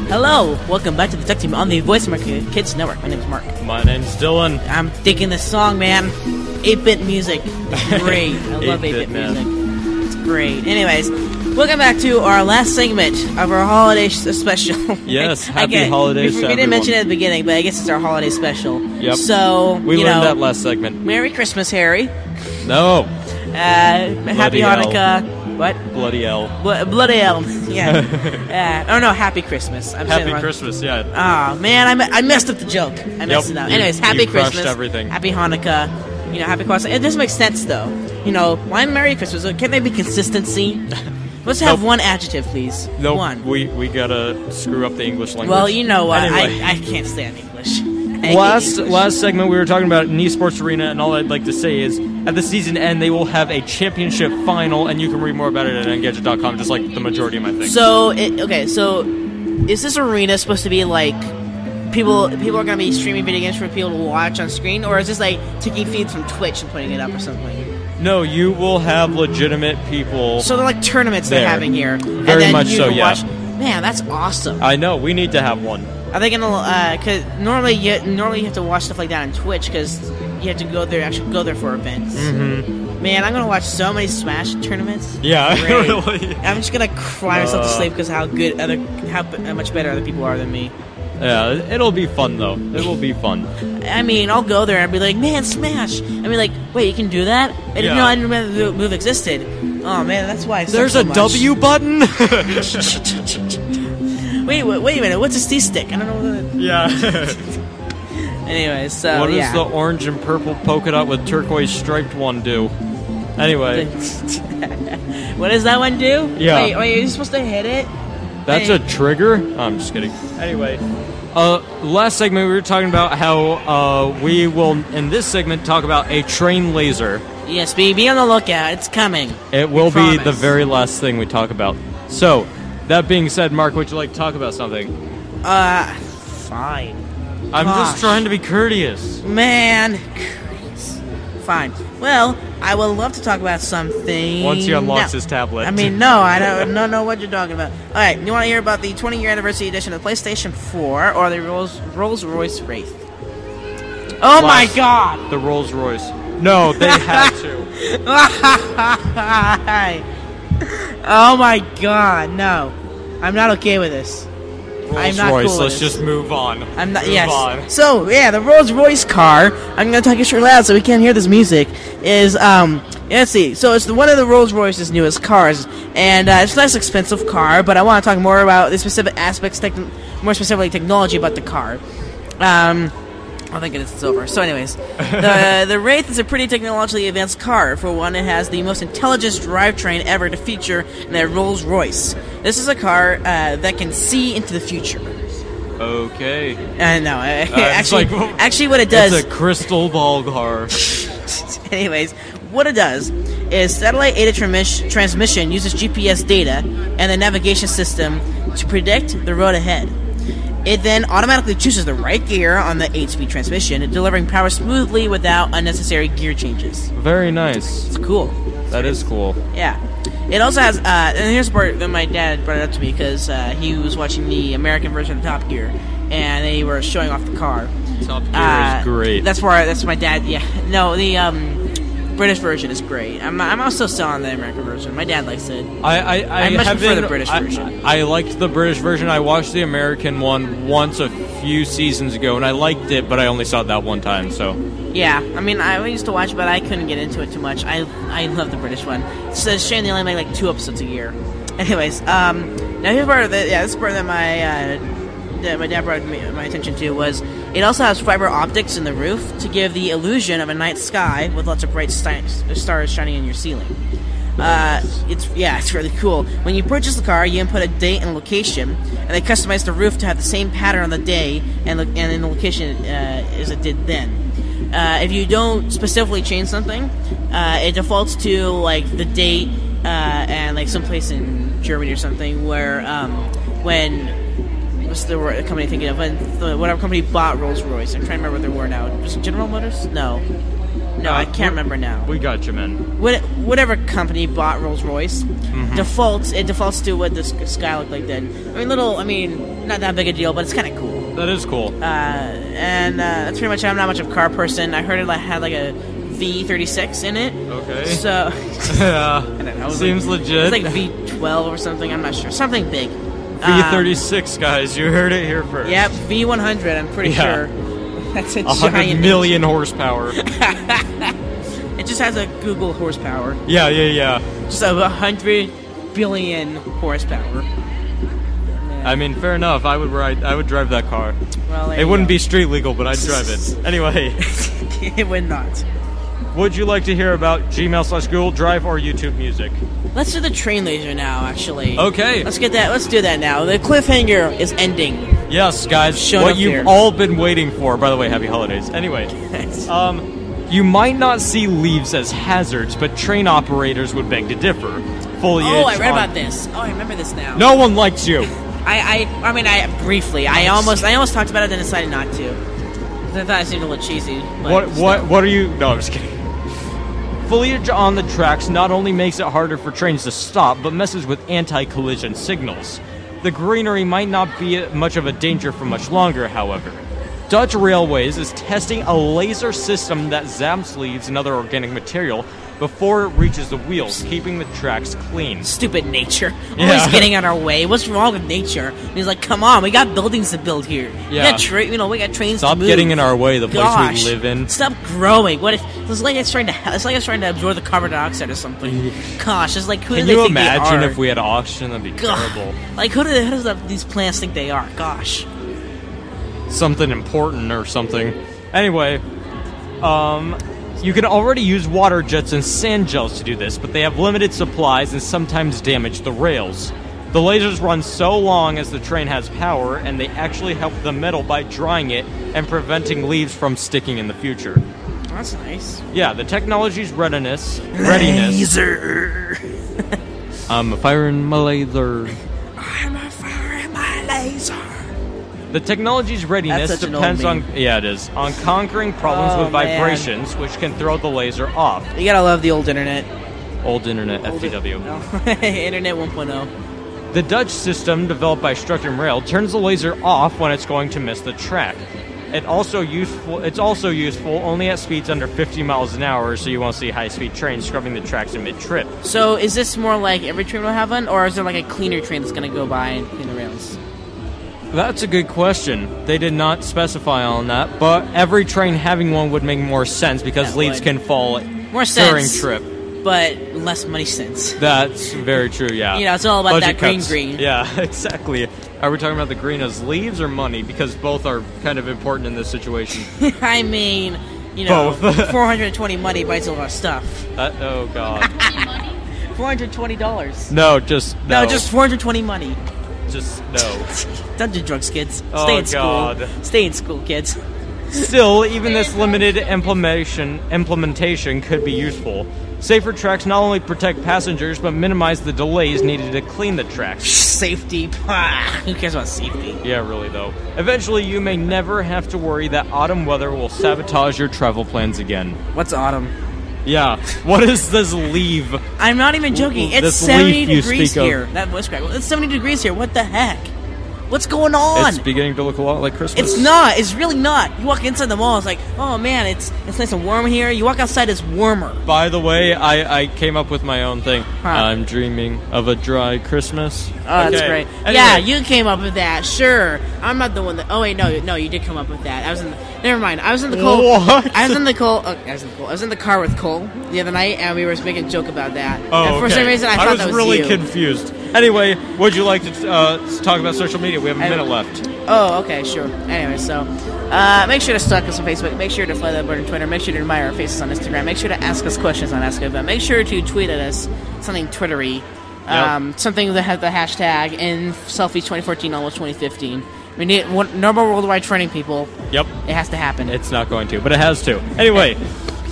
[SPEAKER 2] Hello, welcome back to the Tech Team on the Voice America Kids Network. My name is Mark.
[SPEAKER 3] My name's Dylan.
[SPEAKER 2] I'm digging this song, man. 8-bit music. It's Great. I love 8-bit
[SPEAKER 3] 8-bit man.
[SPEAKER 2] music. It's great. Anyways, welcome back to our last segment of our holiday sh- special.
[SPEAKER 3] Yes,
[SPEAKER 2] I
[SPEAKER 3] happy
[SPEAKER 2] get-
[SPEAKER 3] holidays
[SPEAKER 2] We,
[SPEAKER 3] to
[SPEAKER 2] we didn't
[SPEAKER 3] everyone.
[SPEAKER 2] mention it at the beginning, but I guess it's our holiday special.
[SPEAKER 3] Yep.
[SPEAKER 2] So
[SPEAKER 3] We
[SPEAKER 2] you
[SPEAKER 3] learned
[SPEAKER 2] know,
[SPEAKER 3] that last segment.
[SPEAKER 2] Merry Christmas, Harry.
[SPEAKER 3] No,
[SPEAKER 2] Uh, happy
[SPEAKER 3] hell.
[SPEAKER 2] Hanukkah. What?
[SPEAKER 3] bloody hell.
[SPEAKER 2] Bl- bloody hell. Yeah. uh, oh no, Happy Christmas. I'm saying
[SPEAKER 3] Happy
[SPEAKER 2] the wrong-
[SPEAKER 3] Christmas, yeah.
[SPEAKER 2] Oh man, I, me- I messed up the joke. I messed it
[SPEAKER 3] Yep,
[SPEAKER 2] up.
[SPEAKER 3] you-
[SPEAKER 2] Anyways,
[SPEAKER 3] you
[SPEAKER 2] happy
[SPEAKER 3] crushed
[SPEAKER 2] Christmas.
[SPEAKER 3] everything.
[SPEAKER 2] Happy Hanukkah. You know, happy Christmas. It doesn't make sense though. You know, why Merry Christmas? Can't there be consistency? Let's have
[SPEAKER 3] Nope.
[SPEAKER 2] one adjective, please.
[SPEAKER 3] No,
[SPEAKER 2] one.
[SPEAKER 3] we we gotta screw up the English language.
[SPEAKER 2] well, you know what?
[SPEAKER 3] Anyway.
[SPEAKER 2] I, I can't stand English. I hate
[SPEAKER 3] last
[SPEAKER 2] English.
[SPEAKER 3] last segment we were talking about an esports arena, and all I'd like to say is at the season end they will have a championship final, and you can read more about it at engadget.com, just like the majority of my things.
[SPEAKER 2] So it, okay, so is this arena supposed to be like people? People are gonna be streaming video games for people to watch on screen, or is this like taking feeds from Twitch and putting it up or something?
[SPEAKER 3] no, you will have legitimate people.
[SPEAKER 2] So they're like tournaments they're
[SPEAKER 3] There.
[SPEAKER 2] having here. and
[SPEAKER 3] Very
[SPEAKER 2] then
[SPEAKER 3] much
[SPEAKER 2] you
[SPEAKER 3] so,
[SPEAKER 2] can
[SPEAKER 3] yeah.
[SPEAKER 2] Watch. Man, that's awesome.
[SPEAKER 3] I know we need to have one.
[SPEAKER 2] Are they gonna? uh 'cause normally you normally you have to watch stuff like that on Twitch because you have to go there actually go there for events. Man, I'm gonna watch so many Smash tournaments.
[SPEAKER 3] Mm-hmm. Yeah,
[SPEAKER 2] Great.
[SPEAKER 3] really.
[SPEAKER 2] I'm just gonna cry myself to
[SPEAKER 3] Uh.
[SPEAKER 2] sleep because how good other how b- how much better other people are than me.
[SPEAKER 3] Yeah, it'll be fun though. It will be fun.
[SPEAKER 2] I mean, I'll go there and be like, man, Smash. I mean, like, wait, you can do that? I didn't
[SPEAKER 3] Yeah.
[SPEAKER 2] know I didn't remember the move existed. Oh man, that's why. I suck
[SPEAKER 3] There's
[SPEAKER 2] so
[SPEAKER 3] a
[SPEAKER 2] much.
[SPEAKER 3] W button.
[SPEAKER 2] Wait, wait, wait a minute. What's a C stick? I don't know. What that...
[SPEAKER 3] yeah.
[SPEAKER 2] Anyway, so
[SPEAKER 3] What does
[SPEAKER 2] yeah.
[SPEAKER 3] the orange and purple polka dot with turquoise striped one do? Anyway,
[SPEAKER 2] what does that one do?
[SPEAKER 3] Yeah.
[SPEAKER 2] Wait, wait, are you supposed to hit it?
[SPEAKER 3] that's a trigger. I'm just kidding. Anyway, uh, last segment we were talking about how uh, we will in this segment talk about a train laser.
[SPEAKER 2] Yes, be be on the lookout. It's coming.
[SPEAKER 3] It will be
[SPEAKER 2] promise.
[SPEAKER 3] the very last thing we talk about. So, that being said, Mark, would you like to talk about something?
[SPEAKER 2] Uh, fine.
[SPEAKER 3] I'm
[SPEAKER 2] Gosh.
[SPEAKER 3] just trying to be courteous.
[SPEAKER 2] Man, fine. Well, I would love to talk about something.
[SPEAKER 3] Once he unlocks
[SPEAKER 2] now.
[SPEAKER 3] his tablet.
[SPEAKER 2] I mean, no, I don't no, know what you're talking about. All right, you want to hear about the 20 year anniversary edition of PlayStation 4 or the Rolls Rolls Royce Wraith? Oh my
[SPEAKER 3] Last-
[SPEAKER 2] God!
[SPEAKER 3] The Rolls Royce. No, they had to.
[SPEAKER 2] oh my God! No, I'm not okay with this. I'm
[SPEAKER 3] Rolls
[SPEAKER 2] not
[SPEAKER 3] Royce.
[SPEAKER 2] cool with
[SPEAKER 3] Let's
[SPEAKER 2] this.
[SPEAKER 3] just move on.
[SPEAKER 2] I'm not.
[SPEAKER 3] Move
[SPEAKER 2] yes.
[SPEAKER 3] on.
[SPEAKER 2] So yeah, the Rolls Royce car. I'm gonna talk extra loud so we can't hear this music. Is um. yeah, Let's see. So it's the, one of the Rolls Royce's newest cars, and uh, it's a less expensive car. But I want to talk more about the specific aspects, techn more specifically technology about the car. Um, I think it's over. So, anyways, the the Wraith is a pretty technologically advanced car. For one, it has the most intelligent drivetrain ever to feature in a Rolls Royce. This is a car uh, that can see into the future.
[SPEAKER 3] Okay.
[SPEAKER 2] Uh, no, I-
[SPEAKER 3] it's
[SPEAKER 2] actually,
[SPEAKER 3] like-
[SPEAKER 2] actually, what it does.
[SPEAKER 3] It's a crystal ball car.
[SPEAKER 2] anyways, what it does is satellite aided transmis- transmission uses GPS data and the navigation system to predict the road ahead. It then automatically chooses the right gear on the 8-speed transmission, delivering power smoothly without unnecessary gear changes.
[SPEAKER 3] Very nice.
[SPEAKER 2] It's cool.
[SPEAKER 3] That is cool.
[SPEAKER 2] Yeah. It also has, uh, and here's the part that my dad brought it up to me because uh, he was watching the American version of Top Gear, and they were showing off the car.
[SPEAKER 3] Top Gear
[SPEAKER 2] Uh,
[SPEAKER 3] is great.
[SPEAKER 2] That's where that's my dad. Yeah, no, the um, British version is great. I'm I'm also still on the American version. My dad likes it.
[SPEAKER 3] I I, I,
[SPEAKER 2] I much
[SPEAKER 3] have
[SPEAKER 2] prefer
[SPEAKER 3] been-
[SPEAKER 2] the British
[SPEAKER 3] I-
[SPEAKER 2] version.
[SPEAKER 3] I, liked the British version. I watched the American one once a few seasons ago, and I liked it, but I only saw it that one time. So
[SPEAKER 2] Yeah, I mean I used to watch, but I couldn't get into it too much. I I love the British one. It's a shame they only make like two episodes a year. Anyways, um, now here's part of the yeah this part that my uh, that my dad brought me, my attention to was it also has fiber optics in the roof to give the illusion of a night sky with lots of bright sti- stars shining in your ceiling. Uh, it's yeah, it's really cool. When you purchase the car, you input a date and location, and they customize the roof to have the same pattern on the day and look and in the location uh, as it did then. Uh, if you don't specifically change something, uh, it defaults to like the date uh, and like someplace in Germany or something where um, when what's the word- company I'm thinking of? And the- Whatever company bought Rolls Royce. I'm trying to remember what they were now. Was it General Motors? No. No, I can't remember now.
[SPEAKER 3] We got you, man.
[SPEAKER 2] What, whatever company bought Rolls Royce
[SPEAKER 3] Mm-hmm.
[SPEAKER 2] defaults it defaults to what the s- sky looked like then. I mean, little. I mean, not that big a deal, but it's kind of cool.
[SPEAKER 3] That is cool.
[SPEAKER 2] Uh, and uh, that's pretty much. I'm not much of a car person. I heard it like, had like a V36 in it.
[SPEAKER 3] Okay.
[SPEAKER 2] So
[SPEAKER 3] yeah.
[SPEAKER 2] I was
[SPEAKER 3] Seems
[SPEAKER 2] like,
[SPEAKER 3] legit.
[SPEAKER 2] It's like V12 or something. I'm not sure. Something big.
[SPEAKER 3] V36, guys. You heard it here first.
[SPEAKER 2] Yep, V100. I'm pretty
[SPEAKER 3] Yeah.
[SPEAKER 2] sure. That's a
[SPEAKER 3] A hundred
[SPEAKER 2] giant.
[SPEAKER 3] million horsepower.
[SPEAKER 2] It just has a Google horsepower.
[SPEAKER 3] yeah, yeah, yeah.
[SPEAKER 2] Just a hundred billion horsepower.
[SPEAKER 3] I mean, fair enough. I would ride. I would drive that car.
[SPEAKER 2] Well, there
[SPEAKER 3] It
[SPEAKER 2] you
[SPEAKER 3] wouldn't
[SPEAKER 2] go.
[SPEAKER 3] be street legal, but I'd drive it. Anyway,
[SPEAKER 2] it would not.
[SPEAKER 3] would you like to hear about Gmail slash Google Drive or YouTube Music?
[SPEAKER 2] Let's do the train laser now. Actually.
[SPEAKER 3] Okay.
[SPEAKER 2] Let's get that. Let's do that now. The cliffhanger is ending.
[SPEAKER 3] Yes, guys.
[SPEAKER 2] Shut
[SPEAKER 3] what
[SPEAKER 2] up
[SPEAKER 3] you've
[SPEAKER 2] there.
[SPEAKER 3] all been waiting for. By the way, happy holidays. Anyway,
[SPEAKER 2] Oh,
[SPEAKER 3] um, you might not see leaves as hazards, but train operators would beg to differ. Foliage.
[SPEAKER 2] oh, I read
[SPEAKER 3] on-
[SPEAKER 2] about this. Oh, I remember this now.
[SPEAKER 3] No one likes you.
[SPEAKER 2] I, I, I mean, I briefly. I almost, I almost talked about it, then decided not to. 'Cause I thought it seemed a little cheesy. but
[SPEAKER 3] What
[SPEAKER 2] still.
[SPEAKER 3] what what are you? No, I'm just kidding. Foliage on the tracks not only makes it harder for trains to stop, but messes with anti-collision signals. The greenery might not be much of a danger for much longer, however. Dutch Railways is testing a laser system that zaps leaves and other organic material before it reaches the wheels, keeping the tracks clean.
[SPEAKER 2] Stupid nature.
[SPEAKER 3] Yeah.
[SPEAKER 2] Always getting on our way. What's wrong with nature? And he's like, come on, we got buildings to build here.
[SPEAKER 3] Yeah.
[SPEAKER 2] We got tra- you know, we got trains
[SPEAKER 3] Stop
[SPEAKER 2] to move.
[SPEAKER 3] getting in our way, the place we
[SPEAKER 2] Gosh.
[SPEAKER 3] live in.
[SPEAKER 2] Stop growing. What if it's like it's trying to it's like it's trying to absorb the carbon dioxide or something. Gosh, it's like who do
[SPEAKER 3] Can
[SPEAKER 2] they
[SPEAKER 3] you
[SPEAKER 2] think
[SPEAKER 3] imagine
[SPEAKER 2] they are?
[SPEAKER 3] if we had oxygen? That'd be
[SPEAKER 2] Gosh.
[SPEAKER 3] terrible.
[SPEAKER 2] Like who do, they, who does the, these plants think they are? Gosh.
[SPEAKER 3] something important or something. Anyway, um, you can already use water jets and sand gels to do this, but they have limited supplies and sometimes damage the rails. The lasers run so long as the train has power, and they actually help the metal by drying it and preventing leaves from sticking in the future.
[SPEAKER 2] That's nice.
[SPEAKER 3] Yeah, the technology's readiness. Readiness.
[SPEAKER 2] Laser.
[SPEAKER 3] I'm firing my laser.
[SPEAKER 2] I'm a fire in my laser.
[SPEAKER 3] The technology's readiness
[SPEAKER 2] That's such an
[SPEAKER 3] depends
[SPEAKER 2] old
[SPEAKER 3] on
[SPEAKER 2] meme.
[SPEAKER 3] yeah, it is on conquering problems
[SPEAKER 2] Oh,
[SPEAKER 3] with
[SPEAKER 2] man.
[SPEAKER 3] vibrations, which can throw the laser off.
[SPEAKER 2] You gotta love the old internet.
[SPEAKER 3] Old internet
[SPEAKER 2] Old-
[SPEAKER 3] FTW.
[SPEAKER 2] internet oh. 1.0.
[SPEAKER 3] The Dutch system developed by Structum Rail turns the laser off when it's going to miss the track. It also useful. It's also useful only at speeds under 50 miles an hour, so you won't see high-speed trains scrubbing the tracks in mid-trip.
[SPEAKER 2] So is this more like every train will have one, or is there like a cleaner train that's gonna go by and clean the rails?
[SPEAKER 3] That's a good question. They did not specify on that, but every train having one would make more sense because
[SPEAKER 2] That
[SPEAKER 3] leads
[SPEAKER 2] would.
[SPEAKER 3] can fall
[SPEAKER 2] More
[SPEAKER 3] during
[SPEAKER 2] sense.
[SPEAKER 3] trip.
[SPEAKER 2] But less money sense.
[SPEAKER 3] That's very true. Yeah.
[SPEAKER 2] You know, it's all about that
[SPEAKER 3] Budget
[SPEAKER 2] green
[SPEAKER 3] cuts.
[SPEAKER 2] green.
[SPEAKER 3] Yeah, exactly. Are we talking about the green as leaves or money? Because both are kind of important in this situation.
[SPEAKER 2] I mean, you know,
[SPEAKER 3] Both.
[SPEAKER 2] 420 money buys all our stuff.
[SPEAKER 3] Uh, oh God.
[SPEAKER 2] 420 dollars.
[SPEAKER 3] No, just no,
[SPEAKER 2] No, just 420 money.
[SPEAKER 3] just no.
[SPEAKER 2] Don't do drugs, kids. Stay
[SPEAKER 3] Oh,
[SPEAKER 2] in school.
[SPEAKER 3] God.
[SPEAKER 2] Stay in school, kids.
[SPEAKER 3] Still, even this limited implementation implementation could be useful. Safer tracks not only protect passengers but minimize the delays needed to clean the tracks.
[SPEAKER 2] Safety. Pah, who cares about safety?
[SPEAKER 3] Yeah, really though. Eventually, you may never have to worry that autumn weather will sabotage your travel plans again.
[SPEAKER 2] What's autumn?
[SPEAKER 3] Yeah, what is this leave?
[SPEAKER 2] I'm not even joking.
[SPEAKER 3] Ooh, ooh,
[SPEAKER 2] It's
[SPEAKER 3] this
[SPEAKER 2] 70
[SPEAKER 3] leaf you
[SPEAKER 2] degrees
[SPEAKER 3] speak of.
[SPEAKER 2] here. That voice crack. It's 70 degrees here. What the heck? What's going on?
[SPEAKER 3] It's beginning to look a lot like Christmas.
[SPEAKER 2] It's not. It's really not. You walk inside the mall, it's like, oh man, it's it's nice and warm here. You walk outside, it's warmer.
[SPEAKER 3] By the way, I, I came up with my own thing. I'm dreaming of a dry Christmas. Oh,
[SPEAKER 2] Oh, that's great. Yeah, you came up with that. Sure. I'm not the one that. Oh wait, no, no, you did come up with that. I was in. The, never mind. I was in the Cole.
[SPEAKER 3] What?
[SPEAKER 2] I was in the Cole. Oh, I was in the Cole. I was in the car with Cole the other night, and we were making a joke about that.
[SPEAKER 3] Oh,
[SPEAKER 2] and for
[SPEAKER 3] okay.
[SPEAKER 2] some reason, I, thought
[SPEAKER 3] was
[SPEAKER 2] that was
[SPEAKER 3] really
[SPEAKER 2] you.
[SPEAKER 3] confused. Anyway, would you like to uh, talk about social media? We have a
[SPEAKER 2] I-
[SPEAKER 3] minute left.
[SPEAKER 2] Oh, okay, sure. Anyway, so uh, make sure to stalk us on Facebook. Make sure to follow that bird on Twitter. Make sure to admire our faces on Instagram. Make sure to ask us questions on Ask About. Make sure to tweet at us something twittery, um, something that has the hashtag in selfies 2014, almost 2015. We need one, normal worldwide training people.
[SPEAKER 3] Yep.
[SPEAKER 2] It has to happen.
[SPEAKER 3] It's not going to, but it has to. Anyway,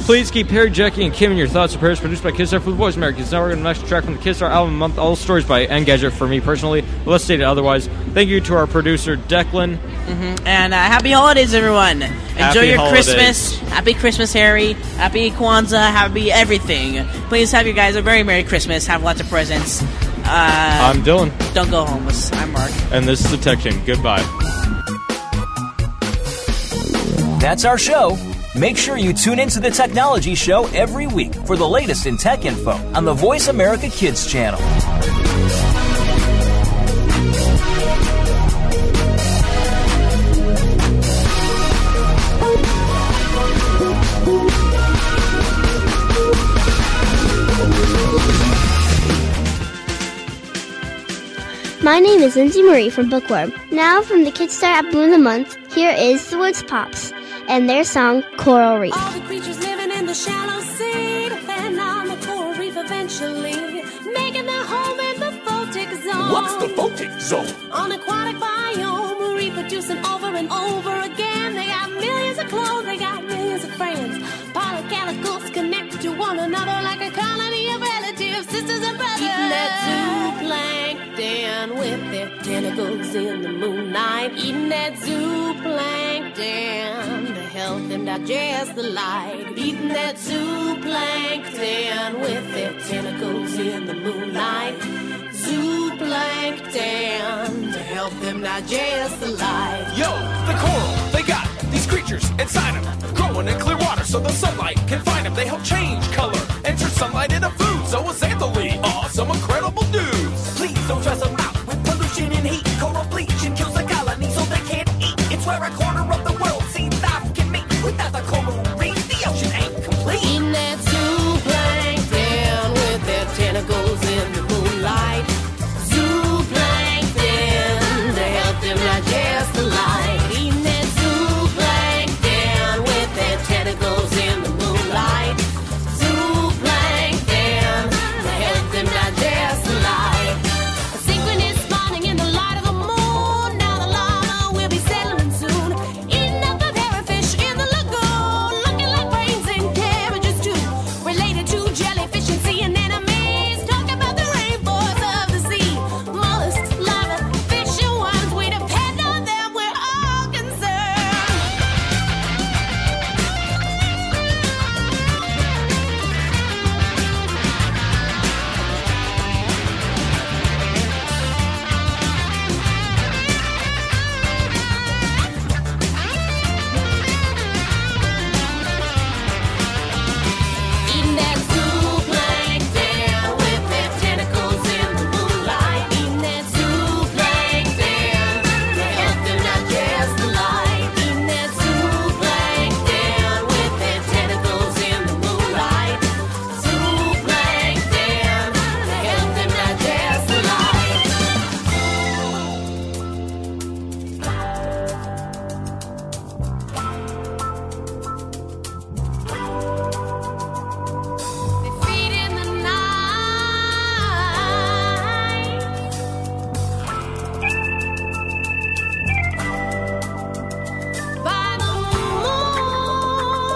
[SPEAKER 3] Please keep Harry, Jackie, and Kim in your thoughts and prayers. Produced by Kissar for the Voice of America. It's now we're going to next track from the Kissar album month. All stories by Engadget for me personally, unless stated otherwise. Thank you to our producer Declan.
[SPEAKER 2] And uh, happy holidays, everyone. Enjoy
[SPEAKER 3] Happy
[SPEAKER 2] your
[SPEAKER 3] holidays.
[SPEAKER 2] Christmas. Happy Christmas, Harry. Happy Kwanzaa. Happy everything. Please have you guys a very Merry Christmas. Have lots of presents. Uh,
[SPEAKER 3] I'm Dylan,
[SPEAKER 2] don't go homeless. I'm Mark.
[SPEAKER 3] and this is Detection. Goodbye.
[SPEAKER 1] That's our show. Make sure you tune into the Technology Show every week for the latest in tech info on the Voice America Kids channel.
[SPEAKER 9] My name is Lindsay Marie from Bookworm. Now from the Kidstar at Bloom of the Month, here is the Woods Pops and their song Coral Reef.
[SPEAKER 10] All the creatures living in the shallow sea depend on the coral reef eventually, making their home in the photic zone. What's the photic zone? On aquatic biome, reproducing over and over again. They got millions of clones, they got millions of friends. Polycalicals connected to one another like a colony of relatives, sisters and brothers. Eating their zooplankton with their tentacles in the moonlight. Eating that zooplankton to help them digest the light. Eating that zooplankton with their tentacles in the moonlight. Zooplankton to help them digest the light.
[SPEAKER 11] Yo, the coral, they got these creatures inside them, growing in clear water so the sunlight can find them. They help change color, enter sunlight into food. So is Anthony, awesome, incredible dudes. Please don't stress them out with pollution and heat. Coral bleaching kills the colony so they can't eat. It's where a corner of the world seems life can meet. Without the coral reef, the ocean ain't complete.
[SPEAKER 10] Eating that zooplankton with their tentacles in the moonlight. Zooplankton to help them digest the light. Eating that zooplankton with their tentacles in the moonlight. Zooplankton to help them digest the light. A synchronous spawning in the light of the moon. Now the llama will be settling soon. Eating up the parrotfish in the lagoon. Looking like brains and carriages too. Related to jellyfish and sea anemones. Talk about the rainforest of the sea. Mollusks, lava, fish, and worms. We depend on them. We're all concerned. Eating that zooplankton with their tentacles in the moonlight. Eating that zooplankton to help them digest the light. Eating that zooplankton with their tentacles in the moonlight. Zooplankton to help them digest the light. They feed in the night. By the moonlight.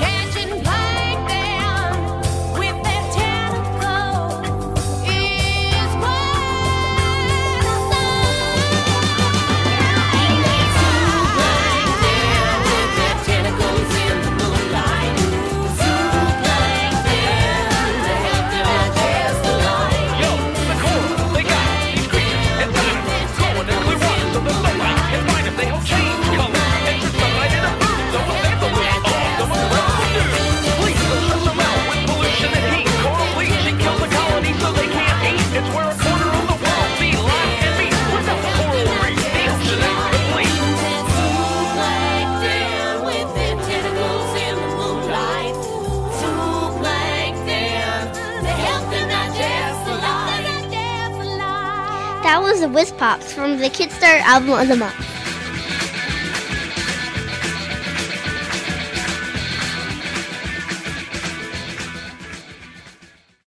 [SPEAKER 10] Catching plankton with their tentacles is
[SPEAKER 11] Yo, the coral, they got these creatures inside them, growing in clear water so the sunlight can find them. They help change color, enter sunlight into food. So is Anthony, awesome, incredible dudes. Please don't stress them out with pollution and heat. Coral bleaching kills the colony so they can't eat. It's where a quarter of the world see life can meet. Without the coral reef, the ocean ain't complete.
[SPEAKER 10] Digest the light.
[SPEAKER 9] That was the Whiz Pops from the Kidstar album of the month.